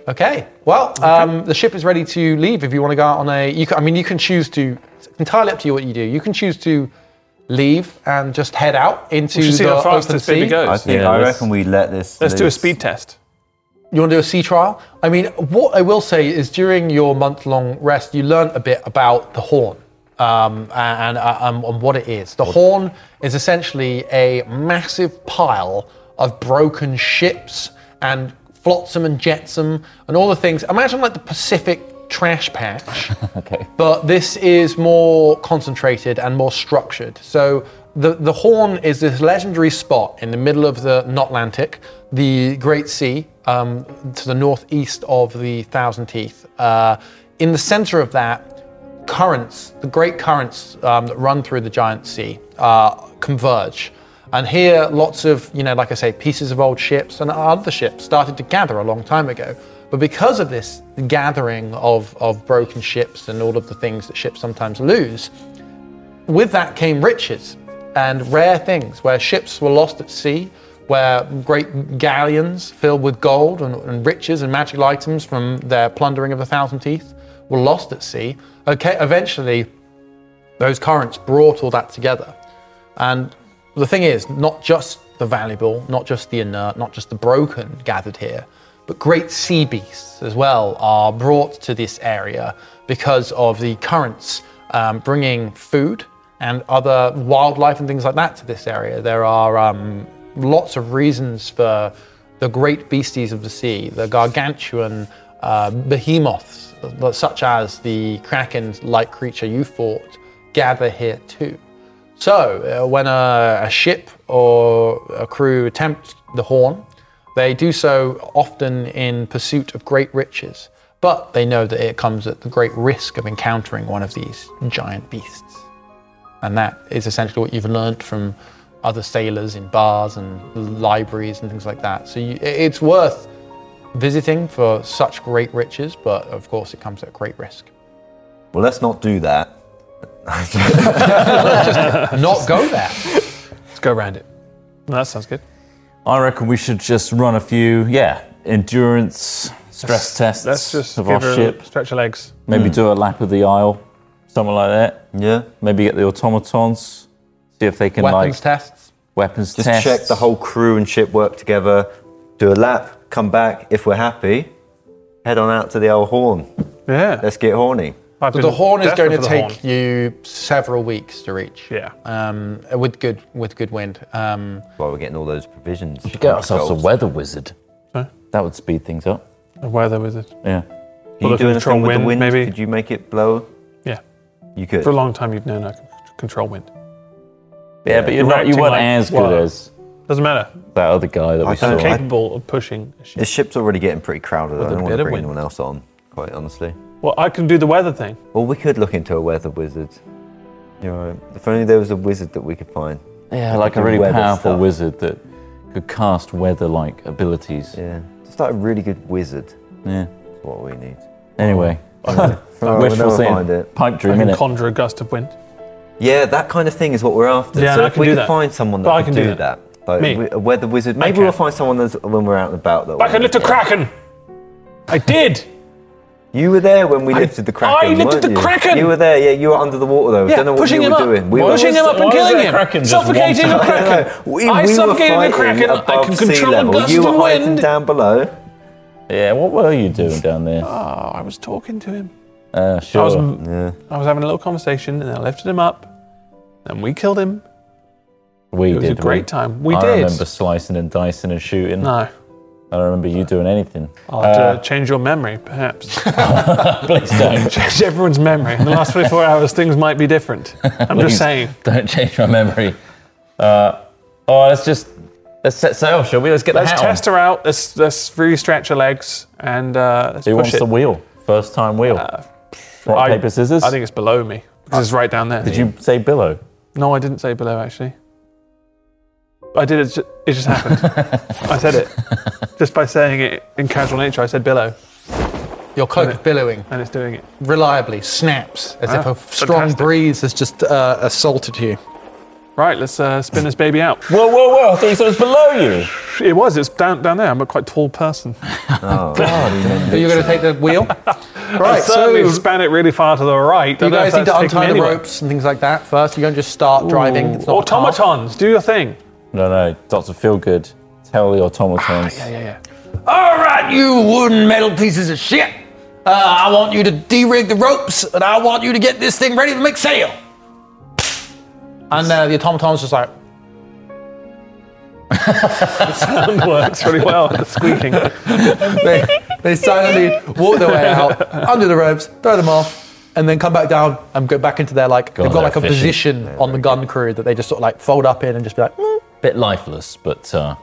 [SPEAKER 1] Okay. Well, Um, the ship is ready to leave. If you want to go out on a, you can, I mean, you can choose to. It's entirely up to you what you do. You can choose to leave and just head out into
[SPEAKER 3] We should see
[SPEAKER 1] the
[SPEAKER 3] how fast
[SPEAKER 1] open
[SPEAKER 3] this
[SPEAKER 1] sea.
[SPEAKER 3] baby
[SPEAKER 4] I
[SPEAKER 3] goes.
[SPEAKER 4] think
[SPEAKER 2] Yeah,
[SPEAKER 4] I
[SPEAKER 2] let's-
[SPEAKER 4] reckon we let this.
[SPEAKER 3] Let's do a
[SPEAKER 4] loose.
[SPEAKER 3] speed test.
[SPEAKER 1] You want to do a sea trial? I mean, what I will say is during your month long rest, you learn a bit about the horn um, and, and, um, and what it is. The horn is essentially a massive pile of broken ships and flotsam and jetsam and all the things. Imagine like the Pacific trash patch.
[SPEAKER 2] okay.
[SPEAKER 1] but this is more concentrated and more structured. So the, the Horn is this legendary spot in the middle of the Notlantic, the Great Sea, um, to the northeast of the Thousand Teeth. Uh, in the center of that, currents, the great currents um, that run through the giant sea, uh, converge. And here, lots of, you know, like I say, pieces of old ships and other ships started to gather a long time ago. But because of this gathering of, of broken ships and all of the things that ships sometimes lose, with that came riches and rare things where ships were lost at sea, where great galleons filled with gold and, and riches and magical items from their plundering of the Thousand Teeth were lost at sea. Okay, eventually, those currents brought all that together. And the thing is, not just the valuable, not just the inert, not just the broken gathered here, but great sea beasts as well are brought to this area because of the currents um, bringing food and other wildlife and things like that to this area. There are um, lots of reasons for the great beasties of the sea, the gargantuan uh, behemoths, uh, such as the kraken like creature you fought, gather here too. So, uh, when a, a ship or a crew attempt the horn, they do so often in pursuit of great riches, but they know that it comes at the great risk of encountering one of these giant beasts. And that is essentially what you've learnt from other sailors in bars and libraries and things like that. So, you, it- it's worth visiting for such great riches, but of course, it comes at great risk.
[SPEAKER 4] Well, let's not do that.
[SPEAKER 1] Not go there.
[SPEAKER 3] Let's go around it. No, that sounds good.
[SPEAKER 2] I reckon we should just run a few, yeah, endurance stress tests
[SPEAKER 3] Let's just
[SPEAKER 2] of our
[SPEAKER 3] give her a-
[SPEAKER 2] ship.
[SPEAKER 3] stretch her legs.
[SPEAKER 2] Maybe do a lap of the aisle, something like that.
[SPEAKER 4] Yeah.
[SPEAKER 2] Maybe get the automatons, see if they can
[SPEAKER 1] Weapons
[SPEAKER 2] like
[SPEAKER 1] tests.
[SPEAKER 2] weapons
[SPEAKER 4] Just
[SPEAKER 2] tests.
[SPEAKER 4] check the whole crew and ship work together, do a lap, come back. If we're happy, head on out to the old horn.
[SPEAKER 3] Yeah.
[SPEAKER 4] Let's get horny.
[SPEAKER 3] I've
[SPEAKER 1] the
[SPEAKER 3] been
[SPEAKER 1] horn is
[SPEAKER 3] desperate
[SPEAKER 1] going to
[SPEAKER 3] for the
[SPEAKER 1] take
[SPEAKER 3] horn.
[SPEAKER 1] you several weeks to reach.
[SPEAKER 3] Yeah.
[SPEAKER 1] Um, with good with good wind. Um,
[SPEAKER 4] While we're getting all those provisions.
[SPEAKER 2] We should get ourselves a weather wizard.
[SPEAKER 3] Huh?
[SPEAKER 2] That would speed things up.
[SPEAKER 3] The weather wizard.
[SPEAKER 2] Yeah.
[SPEAKER 4] Can you
[SPEAKER 3] Well,
[SPEAKER 4] do
[SPEAKER 3] control
[SPEAKER 4] anything with
[SPEAKER 3] wind,
[SPEAKER 4] the wind?
[SPEAKER 3] maybe.
[SPEAKER 4] Could you make it blow?
[SPEAKER 3] Yeah.
[SPEAKER 4] You could.
[SPEAKER 3] For a long time, you've known I can control wind.
[SPEAKER 2] Yeah, but you're
[SPEAKER 3] You're
[SPEAKER 2] not, you
[SPEAKER 3] acting
[SPEAKER 2] weren't
[SPEAKER 3] like
[SPEAKER 2] as good
[SPEAKER 3] what?
[SPEAKER 2] as
[SPEAKER 3] Doesn't matter.
[SPEAKER 2] that other guy that we
[SPEAKER 4] I
[SPEAKER 2] saw.
[SPEAKER 4] don't
[SPEAKER 3] I'm
[SPEAKER 4] care.
[SPEAKER 3] capable of pushing. a ship.
[SPEAKER 4] This ship's already getting pretty crowded. I
[SPEAKER 3] a
[SPEAKER 4] don't want
[SPEAKER 3] bit
[SPEAKER 4] to
[SPEAKER 3] of
[SPEAKER 4] bring
[SPEAKER 3] wind.
[SPEAKER 4] anyone else on, quite honestly.
[SPEAKER 3] Well, I can do the weather thing.
[SPEAKER 4] Well, we could look into a weather wizard. You know, if only there was a wizard that we could find.
[SPEAKER 2] Yeah, like a
[SPEAKER 4] do
[SPEAKER 2] really
[SPEAKER 4] weather
[SPEAKER 2] powerful
[SPEAKER 4] stuff.
[SPEAKER 2] wizard that could cast weather-like abilities.
[SPEAKER 4] Yeah. Just like a really good wizard.
[SPEAKER 2] Yeah.
[SPEAKER 4] is What we need.
[SPEAKER 2] Anyway,
[SPEAKER 4] Alright, we'll
[SPEAKER 2] wishful
[SPEAKER 4] never
[SPEAKER 2] thinking.
[SPEAKER 4] find it.
[SPEAKER 2] Pipe
[SPEAKER 3] I
[SPEAKER 2] dream,
[SPEAKER 3] can
[SPEAKER 2] innit?
[SPEAKER 3] conjure a gust of wind.
[SPEAKER 4] Yeah, that kind of thing is what we're after.
[SPEAKER 3] Yeah,
[SPEAKER 4] so
[SPEAKER 3] I
[SPEAKER 4] if
[SPEAKER 3] can
[SPEAKER 4] we
[SPEAKER 3] do
[SPEAKER 4] could
[SPEAKER 3] that.
[SPEAKER 4] find someone that
[SPEAKER 3] But I
[SPEAKER 4] could
[SPEAKER 3] can do
[SPEAKER 4] do
[SPEAKER 3] that.
[SPEAKER 4] that. Like
[SPEAKER 3] Me.
[SPEAKER 4] we- a weather wizard. Maybe
[SPEAKER 3] can.
[SPEAKER 4] we'll find someone that's, when we're out and about. That
[SPEAKER 3] Back
[SPEAKER 4] will-
[SPEAKER 3] and lift a kraken. I did.
[SPEAKER 4] You were there when we lifted the kraken.
[SPEAKER 3] I lifted
[SPEAKER 4] weren't
[SPEAKER 3] the
[SPEAKER 4] you?
[SPEAKER 3] kraken!
[SPEAKER 4] You were there. Yeah, you were under the water though. don't know what you were doing. We
[SPEAKER 3] pushing
[SPEAKER 4] were,
[SPEAKER 3] him
[SPEAKER 2] why
[SPEAKER 3] up and
[SPEAKER 2] was
[SPEAKER 3] killing
[SPEAKER 2] there
[SPEAKER 3] him.
[SPEAKER 2] kraken just
[SPEAKER 3] Suffocating
[SPEAKER 2] one
[SPEAKER 3] the
[SPEAKER 2] time?
[SPEAKER 3] kraken.
[SPEAKER 4] We,
[SPEAKER 3] I
[SPEAKER 4] we were
[SPEAKER 3] suffocated the
[SPEAKER 4] fighting
[SPEAKER 3] kraken. I
[SPEAKER 4] above
[SPEAKER 3] can
[SPEAKER 4] sea
[SPEAKER 3] control a
[SPEAKER 4] level.
[SPEAKER 3] gust
[SPEAKER 4] You were
[SPEAKER 3] of
[SPEAKER 4] hiding
[SPEAKER 3] wind.
[SPEAKER 4] down below.
[SPEAKER 2] Yeah, what were you doing down there?
[SPEAKER 3] Oh, I was talking to him.
[SPEAKER 2] Uh,
[SPEAKER 3] I was,
[SPEAKER 2] sure.
[SPEAKER 4] Yeah.
[SPEAKER 3] I was having a little conversation, and I lifted him up, and we killed him.
[SPEAKER 2] We
[SPEAKER 3] It was
[SPEAKER 2] did.
[SPEAKER 3] a great
[SPEAKER 2] we-
[SPEAKER 3] time. We
[SPEAKER 2] I
[SPEAKER 3] did.
[SPEAKER 2] remember slicing and dicing and
[SPEAKER 4] Mm.
[SPEAKER 2] shooting.
[SPEAKER 3] No,
[SPEAKER 2] I don't remember you doing anything.
[SPEAKER 3] I'll have
[SPEAKER 2] Uh.
[SPEAKER 3] to change your memory, perhaps.
[SPEAKER 2] Please don't.
[SPEAKER 3] change everyone's memory. In the last 24 hours, things might be different. I'm
[SPEAKER 2] Please
[SPEAKER 3] just saying.
[SPEAKER 2] Don't change my memory. Uh, oh, let's just let's set sail, shall we? Let's get
[SPEAKER 3] Let's
[SPEAKER 2] the hat on.
[SPEAKER 3] test her out. Let's let's really stretch her legs and uh, let's
[SPEAKER 2] Who
[SPEAKER 3] push
[SPEAKER 2] wants
[SPEAKER 3] it. Uh,
[SPEAKER 2] the wheel? First time wheel. Rock,
[SPEAKER 3] I-
[SPEAKER 2] paper, scissors.
[SPEAKER 3] I think it's below me because it's right down there.
[SPEAKER 2] Did you say billow?
[SPEAKER 3] No, I didn't say below actually. I did it. ju- It just happened. I said it just by saying it in casual nature. I said billow,
[SPEAKER 1] Your cloak billowing
[SPEAKER 3] and it's doing it.
[SPEAKER 1] reliably snaps as if
[SPEAKER 3] Ah,
[SPEAKER 1] a strong
[SPEAKER 3] fantastic.
[SPEAKER 1] breeze has just uh, assaulted you.
[SPEAKER 3] Right, let's uh, spin this baby out.
[SPEAKER 2] Whoa, whoa, whoa! I thought you said it was below you.
[SPEAKER 3] It was. It's down down there. I'm a quite tall person.
[SPEAKER 1] So you're going to take the wheel? right, so
[SPEAKER 3] Certainly
[SPEAKER 1] you
[SPEAKER 3] span it really far to the right. Don't know
[SPEAKER 1] guys
[SPEAKER 3] if
[SPEAKER 1] need to
[SPEAKER 3] that's taken
[SPEAKER 1] untie the
[SPEAKER 3] anywhere.
[SPEAKER 1] ropes and things like that first. You don't just start driving. It's not a car.
[SPEAKER 3] Automatons, do your thing.
[SPEAKER 2] No, no, Doctor Feelgood, tell the automatons.
[SPEAKER 3] Ah, Yeah, yeah.
[SPEAKER 1] All right, you wooden metal pieces of shit. Uh, I want you to de-rig the ropes, and I want you to get this thing ready to make sail. And uh, the automaton's just like,
[SPEAKER 3] Sound works really well. The squeaking.
[SPEAKER 1] Um, they, they silently walk their way out, under the ropes, throw them off, and then come back down and go back into their, like,
[SPEAKER 2] Go
[SPEAKER 1] they've
[SPEAKER 2] on,
[SPEAKER 1] got
[SPEAKER 2] they're
[SPEAKER 1] like a
[SPEAKER 2] fishing.
[SPEAKER 1] position on the gun crew that they just sort of like fold up in and just be like, "Mm."
[SPEAKER 2] Bit lifeless, but uh,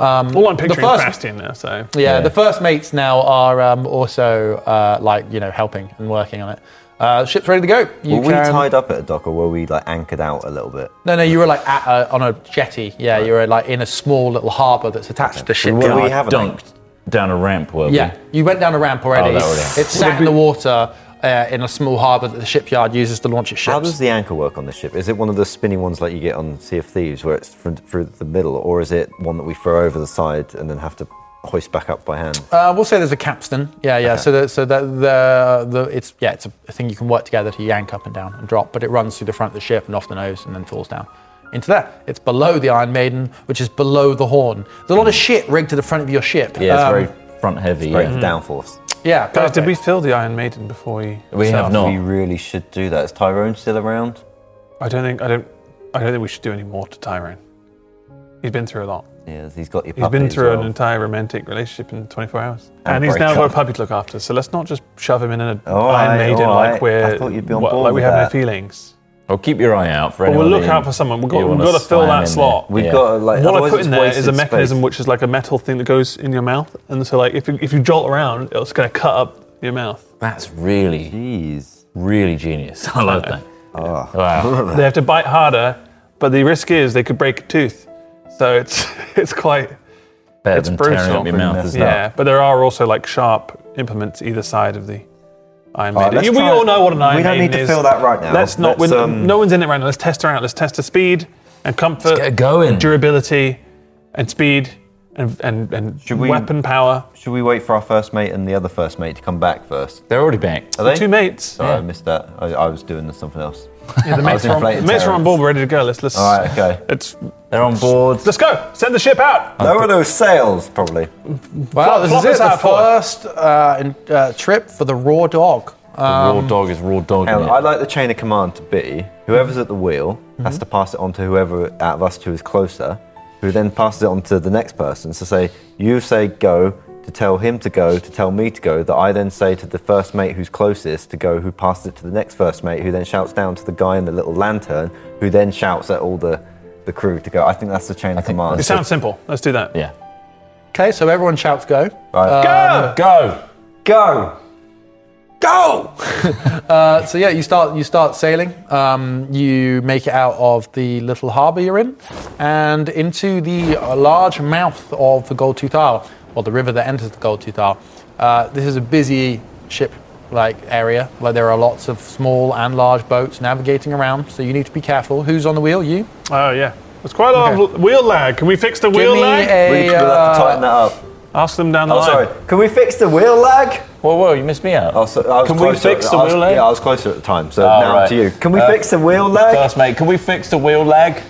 [SPEAKER 3] All I'm picturing is
[SPEAKER 1] first-
[SPEAKER 3] Bastion now, so.
[SPEAKER 1] yeah, the first mates now are um, also, uh, like, you know, helping and working on it. Uh, the ship's ready to go. You
[SPEAKER 4] Were we
[SPEAKER 1] can-
[SPEAKER 4] tied up at a dock or were we like anchored out a little bit?
[SPEAKER 1] No, no, you were like at a, on a jetty. Yeah, you were like in a small little harbour that's attached to the ship.
[SPEAKER 4] Well, we
[SPEAKER 2] I
[SPEAKER 4] have a
[SPEAKER 2] dunked down a ramp, were we?
[SPEAKER 1] Yeah, you went down a ramp already.
[SPEAKER 2] Oh, that already
[SPEAKER 1] it
[SPEAKER 2] happened.
[SPEAKER 1] sat in the water uh, in a small harbour that the shipyard uses to launch its ships.
[SPEAKER 4] How does the anchor work on the ship? Is it one of the spinning ones like you get on Sea of Thieves where it's from, through the middle or is it one that we throw over the side and then have to hoist back up by hand?
[SPEAKER 1] uh, we'll say there's a capstan. Yeah, yeah. So, the, so that the, the it's yeah, it's a thing you can work together to yank up and down and drop, but it runs through the front of the ship and off the nose and then falls down into there. It's below the Iron Maiden, which is below the Horn. There's a lot of shit rigged to the front of your ship.
[SPEAKER 2] Yeah, it's
[SPEAKER 1] Um,
[SPEAKER 2] very front heavy.
[SPEAKER 4] Break
[SPEAKER 2] Yeah.
[SPEAKER 4] the downforce.
[SPEAKER 1] yeah.
[SPEAKER 3] Guys, did
[SPEAKER 1] perfect.
[SPEAKER 3] we fill the Iron Maiden before we.
[SPEAKER 2] We have not.
[SPEAKER 4] We really should do that. Is Tyrone still around?
[SPEAKER 3] I don't think I don't I don't think we should do any more to Tyrone. He's been through a lot.
[SPEAKER 4] Yes, he's got your
[SPEAKER 3] He's
[SPEAKER 4] puppy
[SPEAKER 3] been
[SPEAKER 4] as
[SPEAKER 3] through
[SPEAKER 4] well.
[SPEAKER 3] an entire romantic relationship in 24 hours,
[SPEAKER 4] And
[SPEAKER 3] and, he's now
[SPEAKER 4] breakup.
[SPEAKER 3] got a puppy to look after. So let's not just shove him in an
[SPEAKER 4] All
[SPEAKER 3] Iron
[SPEAKER 4] right,
[SPEAKER 3] Maiden
[SPEAKER 4] all
[SPEAKER 3] like
[SPEAKER 4] right.
[SPEAKER 3] we're
[SPEAKER 4] Oh, I thought you'd be on
[SPEAKER 3] what-
[SPEAKER 4] board
[SPEAKER 3] like we
[SPEAKER 4] with
[SPEAKER 3] have
[SPEAKER 4] that.
[SPEAKER 3] no feelings.
[SPEAKER 2] Well, keep your eye out for
[SPEAKER 3] But
[SPEAKER 2] anyone.
[SPEAKER 3] we'll look
[SPEAKER 2] that you-
[SPEAKER 3] out for someone. We've got-
[SPEAKER 2] you
[SPEAKER 3] we've
[SPEAKER 2] wanna
[SPEAKER 3] got to fill
[SPEAKER 2] slam
[SPEAKER 3] that
[SPEAKER 2] in there.
[SPEAKER 3] slot.
[SPEAKER 4] We've got like
[SPEAKER 3] what I
[SPEAKER 4] otherwise
[SPEAKER 3] put
[SPEAKER 4] it's
[SPEAKER 3] in there is a
[SPEAKER 4] wasted space.
[SPEAKER 3] mechanism which is like a metal thing that goes in your mouth, and so like if you, if you jolt around, it's going to cut up your mouth.
[SPEAKER 2] That's really,
[SPEAKER 4] Jeez.
[SPEAKER 2] really genius. I love that. Wow.
[SPEAKER 3] They have to bite harder, but the risk is they could break a tooth. So it's it's quite
[SPEAKER 2] Better
[SPEAKER 3] It's
[SPEAKER 2] than tearing
[SPEAKER 3] brutal.
[SPEAKER 2] up your mouth, isn't
[SPEAKER 3] yeah. But there are also like sharp implements either side of the Iron
[SPEAKER 4] All right,
[SPEAKER 3] Maiden.
[SPEAKER 4] Oh, let's
[SPEAKER 3] You- we
[SPEAKER 4] try-
[SPEAKER 3] all know what an Iron
[SPEAKER 4] We don't
[SPEAKER 3] Maiden
[SPEAKER 4] need to
[SPEAKER 3] is.
[SPEAKER 4] fill that right now.
[SPEAKER 3] Let's not.
[SPEAKER 4] Let's,
[SPEAKER 3] we're-
[SPEAKER 4] um,
[SPEAKER 3] no one's in it right now. Let's test her out. Let's test her speed and comfort,
[SPEAKER 2] Let's get her going.
[SPEAKER 3] durability, and speed, and and, and
[SPEAKER 4] Should we-
[SPEAKER 3] weapon power.
[SPEAKER 4] Should we wait for our first mate and the other first mate to come back first?
[SPEAKER 2] it? They're already back.
[SPEAKER 4] Are they?
[SPEAKER 3] Two mates.
[SPEAKER 4] Sorry, I missed that. I, I was doing something else.
[SPEAKER 3] Yeah, the mates,
[SPEAKER 4] was
[SPEAKER 3] are on, the
[SPEAKER 4] inflated
[SPEAKER 3] mates are on
[SPEAKER 4] terrorists.
[SPEAKER 3] board. We're ready to go. Let's let's.
[SPEAKER 4] All right, okay.
[SPEAKER 3] Let's
[SPEAKER 2] They're on board.
[SPEAKER 3] let's go. Send the ship out.
[SPEAKER 4] Lower those sails, probably.
[SPEAKER 1] Well, this is
[SPEAKER 3] flop us
[SPEAKER 1] it, the
[SPEAKER 3] out for it.
[SPEAKER 1] first uh, in, uh, trip for the raw dog.
[SPEAKER 2] the raw dog is raw dog.
[SPEAKER 4] Hang on,
[SPEAKER 2] innit?
[SPEAKER 4] I like the chain of command to be whoever's at the wheel
[SPEAKER 2] Mm-hmm.
[SPEAKER 4] has to pass it on to whoever out of us two is closer, who then passes it on to the next person. So say you say go to tell him to go to tell me to go. That I then say to the first mate who's closest to go, who passes it to the next first mate, who then shouts down to the guy in the little lantern, who then shouts at all the, the crew to go. I think that's the chain of
[SPEAKER 2] think
[SPEAKER 4] command.
[SPEAKER 3] It sounds simple. Let's do that.
[SPEAKER 2] Yeah.
[SPEAKER 1] Okay, so everyone shouts go. Um,
[SPEAKER 3] Go.
[SPEAKER 4] Right.
[SPEAKER 2] Go.
[SPEAKER 4] go.
[SPEAKER 1] Go! uh, so yeah, you start you start sailing. Um, you make it out of the little harbour you're in, and into the uh, large mouth of the Gold Tooth Isle, or the river that enters the Gold Tooth Isle. Uh, this is a busy ship like area where there are lots of small and large boats navigating around. So you need to be careful. Who's on the wheel? You.
[SPEAKER 3] Oh yeah. It's quite a lot of wheel lag. Can we fix the wheel
[SPEAKER 1] Give me
[SPEAKER 3] lag?
[SPEAKER 4] We,
[SPEAKER 1] a,
[SPEAKER 4] we'll have to
[SPEAKER 1] uh,
[SPEAKER 4] tighten that up.
[SPEAKER 3] Ask them down the
[SPEAKER 4] Oh,
[SPEAKER 3] line.
[SPEAKER 4] sorry. Can we fix the wheel lag?
[SPEAKER 2] Whoa, whoa, you missed me out.
[SPEAKER 4] Oh, so I was
[SPEAKER 2] Can we
[SPEAKER 4] closer
[SPEAKER 2] fix
[SPEAKER 4] at-
[SPEAKER 2] the
[SPEAKER 4] I was-
[SPEAKER 2] wheel lag?
[SPEAKER 4] Yeah, I was closer at the time, so
[SPEAKER 2] Oh,
[SPEAKER 4] now
[SPEAKER 2] right.
[SPEAKER 4] to you. Can we
[SPEAKER 2] Uh,
[SPEAKER 4] fix the wheel lag?
[SPEAKER 2] First mate, can we fix the wheel lag?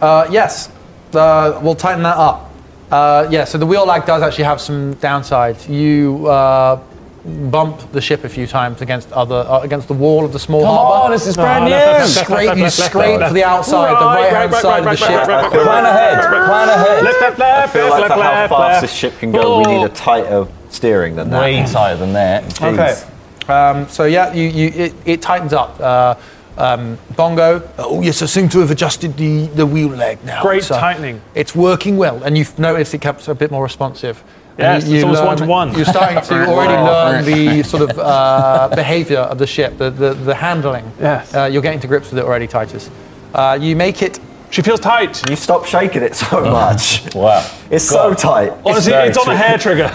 [SPEAKER 1] Uh, yes, uh, we'll tighten that up. Uh, yeah, so the wheel lag does actually have some downsides. You uh, bump the ship a few times against other uh, against the wall of the small
[SPEAKER 2] Come on,
[SPEAKER 1] harbour.
[SPEAKER 2] Oh, this is brand
[SPEAKER 1] You
[SPEAKER 2] new.
[SPEAKER 1] scrape, you scrape to the outside, the right
[SPEAKER 3] Right, right,
[SPEAKER 1] hand
[SPEAKER 3] right,
[SPEAKER 1] side of
[SPEAKER 3] right,
[SPEAKER 1] the
[SPEAKER 3] right, right,
[SPEAKER 1] ship.
[SPEAKER 3] right, right,
[SPEAKER 2] Plan ahead. Plan ahead.
[SPEAKER 3] Left, left, left,
[SPEAKER 4] I feel
[SPEAKER 3] left,
[SPEAKER 4] like
[SPEAKER 3] left,
[SPEAKER 4] for how
[SPEAKER 3] left,
[SPEAKER 4] fast
[SPEAKER 3] left.
[SPEAKER 4] this ship can go, we need a tighter steering than that.
[SPEAKER 2] Way tighter than that.
[SPEAKER 4] Jeez.
[SPEAKER 1] Okay. Um, so yeah, you, you, it, it tightens up. Uh, um, Bongo, oh yes, I seem to have adjusted the, the wheel leg now.
[SPEAKER 3] Great tightening.
[SPEAKER 1] It's working well, and you've noticed it kept a bit more responsive.
[SPEAKER 3] Yes,
[SPEAKER 1] And
[SPEAKER 3] it's almost one-to-one.
[SPEAKER 1] You're starting to already learn the sort of uh, behaviour of the ship, the, the, the handling.
[SPEAKER 3] Yes.
[SPEAKER 1] Uh, you're getting to grips with it already, Titus. Uh, you make it
[SPEAKER 3] She feels tight.
[SPEAKER 4] You stop shaking it so much.
[SPEAKER 2] Wow.
[SPEAKER 4] It's so tight.
[SPEAKER 3] Honestly,
[SPEAKER 2] very
[SPEAKER 3] it's on a
[SPEAKER 2] twi-
[SPEAKER 3] hair trigger.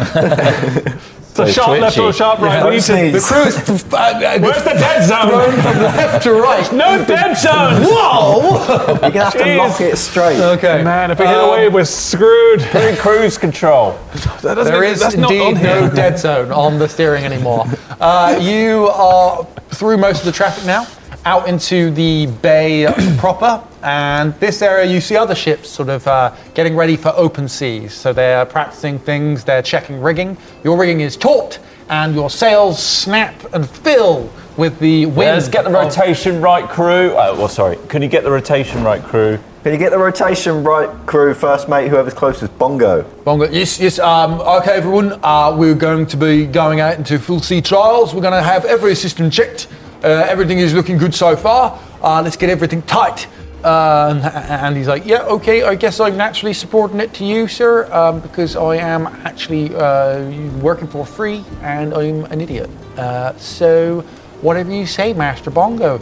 [SPEAKER 3] it's
[SPEAKER 2] So
[SPEAKER 3] a sharp left
[SPEAKER 2] twitchy.
[SPEAKER 3] or sharp right. we need to.
[SPEAKER 4] Honestly,
[SPEAKER 1] The crew's uh,
[SPEAKER 3] Where's
[SPEAKER 1] uh,
[SPEAKER 3] the dead
[SPEAKER 1] thrown
[SPEAKER 3] zone?
[SPEAKER 1] from left to right.
[SPEAKER 3] No dead zone!
[SPEAKER 1] Whoa!
[SPEAKER 4] You're gonna have to
[SPEAKER 3] Jeez.
[SPEAKER 4] lock it straight.
[SPEAKER 1] Okay.
[SPEAKER 3] Man, if we get
[SPEAKER 1] Um,
[SPEAKER 3] away, we're screwed.
[SPEAKER 2] Cruise control.
[SPEAKER 3] That doesn't
[SPEAKER 1] There
[SPEAKER 3] make-
[SPEAKER 1] is
[SPEAKER 3] that's not on
[SPEAKER 1] indeed
[SPEAKER 3] here.
[SPEAKER 1] no dead zone on the steering anymore. Uh, you are through most of the traffic now, out into the bay proper, and this area you see other ships sort of uh, getting ready for open seas. So they're practicing things, they're checking rigging. Your rigging is taut, and your sails snap and fill with the wind.
[SPEAKER 2] Let's get the
[SPEAKER 1] of-
[SPEAKER 2] rotation right, crew. Oh, well, sorry. Can you get the rotation right, crew?
[SPEAKER 4] Can you get the rotation right, crew? First mate, whoever's closest, bongo.
[SPEAKER 1] Bongo. Yes, yes. Um, okay, everyone. Uh, we're going to be going out into full sea trials. We're going to have every system checked. Uh, everything is looking good so far. Uh, let's get everything tight. Uh, and, and he's like, yeah, okay. I guess I'm naturally subordinate to you, sir, um, because I am actually uh, working for free and I'm an idiot. Uh, so, whatever you say, Master Bongo.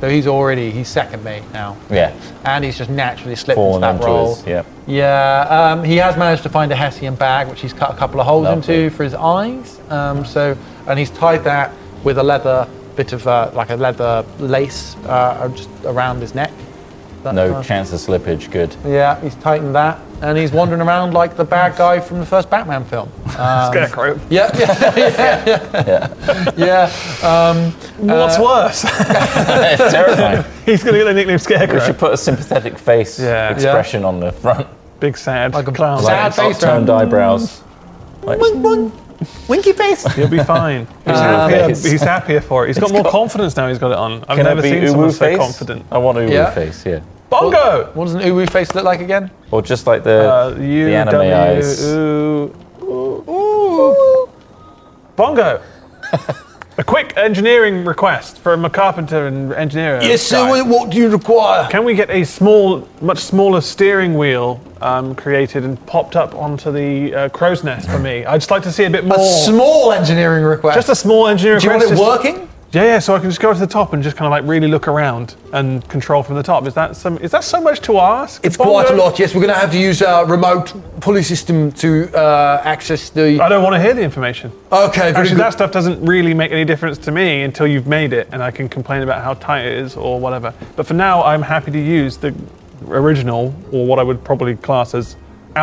[SPEAKER 1] So he's already he's second mate now.
[SPEAKER 2] Yeah.
[SPEAKER 1] And he's just naturally slipped
[SPEAKER 2] Fallen
[SPEAKER 1] into
[SPEAKER 2] into
[SPEAKER 1] that role.
[SPEAKER 2] his- yeah.
[SPEAKER 1] Yeah, um, he has managed to find a Hessian bag, which he's cut a couple of holes
[SPEAKER 2] Lovely.
[SPEAKER 1] into for his eyes. Um, so, and he's tied that with a leather bit of uh, like a leather lace uh, just around his neck. That
[SPEAKER 2] No
[SPEAKER 1] kind of-
[SPEAKER 2] chance of slippage. Good.
[SPEAKER 1] Yeah, he's tightened that, and he's wandering around like the bad guy from the first Batman film.
[SPEAKER 3] Scarecrow.
[SPEAKER 1] Yeah, yeah, yeah, yeah. yeah. Um,
[SPEAKER 3] What's worse?
[SPEAKER 2] it's terrifying.
[SPEAKER 3] He's going to get the nickname
[SPEAKER 2] We
[SPEAKER 3] Scarecrow.
[SPEAKER 2] should put a sympathetic face
[SPEAKER 3] Yeah.
[SPEAKER 2] expression on the front.
[SPEAKER 3] Big sad.
[SPEAKER 1] Like a
[SPEAKER 3] clown.
[SPEAKER 1] sad-
[SPEAKER 2] Like
[SPEAKER 1] face
[SPEAKER 2] turned eyebrows. Like,
[SPEAKER 1] winky face.
[SPEAKER 3] He'll be fine. He's, happier,
[SPEAKER 2] face.
[SPEAKER 3] he's happier for it. He's got more confidence now he's got it on. I've
[SPEAKER 2] can I
[SPEAKER 3] never
[SPEAKER 2] be
[SPEAKER 3] seen someone
[SPEAKER 2] Uwu
[SPEAKER 3] so
[SPEAKER 2] face?
[SPEAKER 3] confident.
[SPEAKER 2] I want Uwu
[SPEAKER 1] Yeah.
[SPEAKER 2] face. Yeah.
[SPEAKER 3] Bongo!
[SPEAKER 1] What does an uwu face look like again?
[SPEAKER 2] Or just like the
[SPEAKER 3] Uh,
[SPEAKER 2] the
[SPEAKER 3] U
[SPEAKER 2] anime
[SPEAKER 3] W uh,
[SPEAKER 2] eyes.
[SPEAKER 3] U- Ooh. Bongo. a quick engineering request from a carpenter and engineer. guy.
[SPEAKER 1] What do you require?
[SPEAKER 3] Can we get a small, much smaller steering wheel um, created and popped up onto the uh, crow's nest for me? I'd just like to see a bit more.
[SPEAKER 1] A small engineering request.
[SPEAKER 3] just a small engineering
[SPEAKER 1] Do you want
[SPEAKER 3] request.
[SPEAKER 1] it
[SPEAKER 3] just-
[SPEAKER 1] working?
[SPEAKER 3] Yeah, yeah. So I can just go to the top and just kind of like really look around and control from the top. Is that some? Is that so much to ask?
[SPEAKER 1] It's quite a
[SPEAKER 3] Bongo?
[SPEAKER 1] lot. Yes, we're going to have to use a remote pulley system to uh, access the.
[SPEAKER 3] I don't want to hear the information.
[SPEAKER 1] Okay, very
[SPEAKER 3] Actually,
[SPEAKER 1] good.
[SPEAKER 3] that stuff doesn't really make any difference to me until you've made it, and I can complain about how tight it is or whatever. But for now, I'm happy to use the original, or what I would probably class as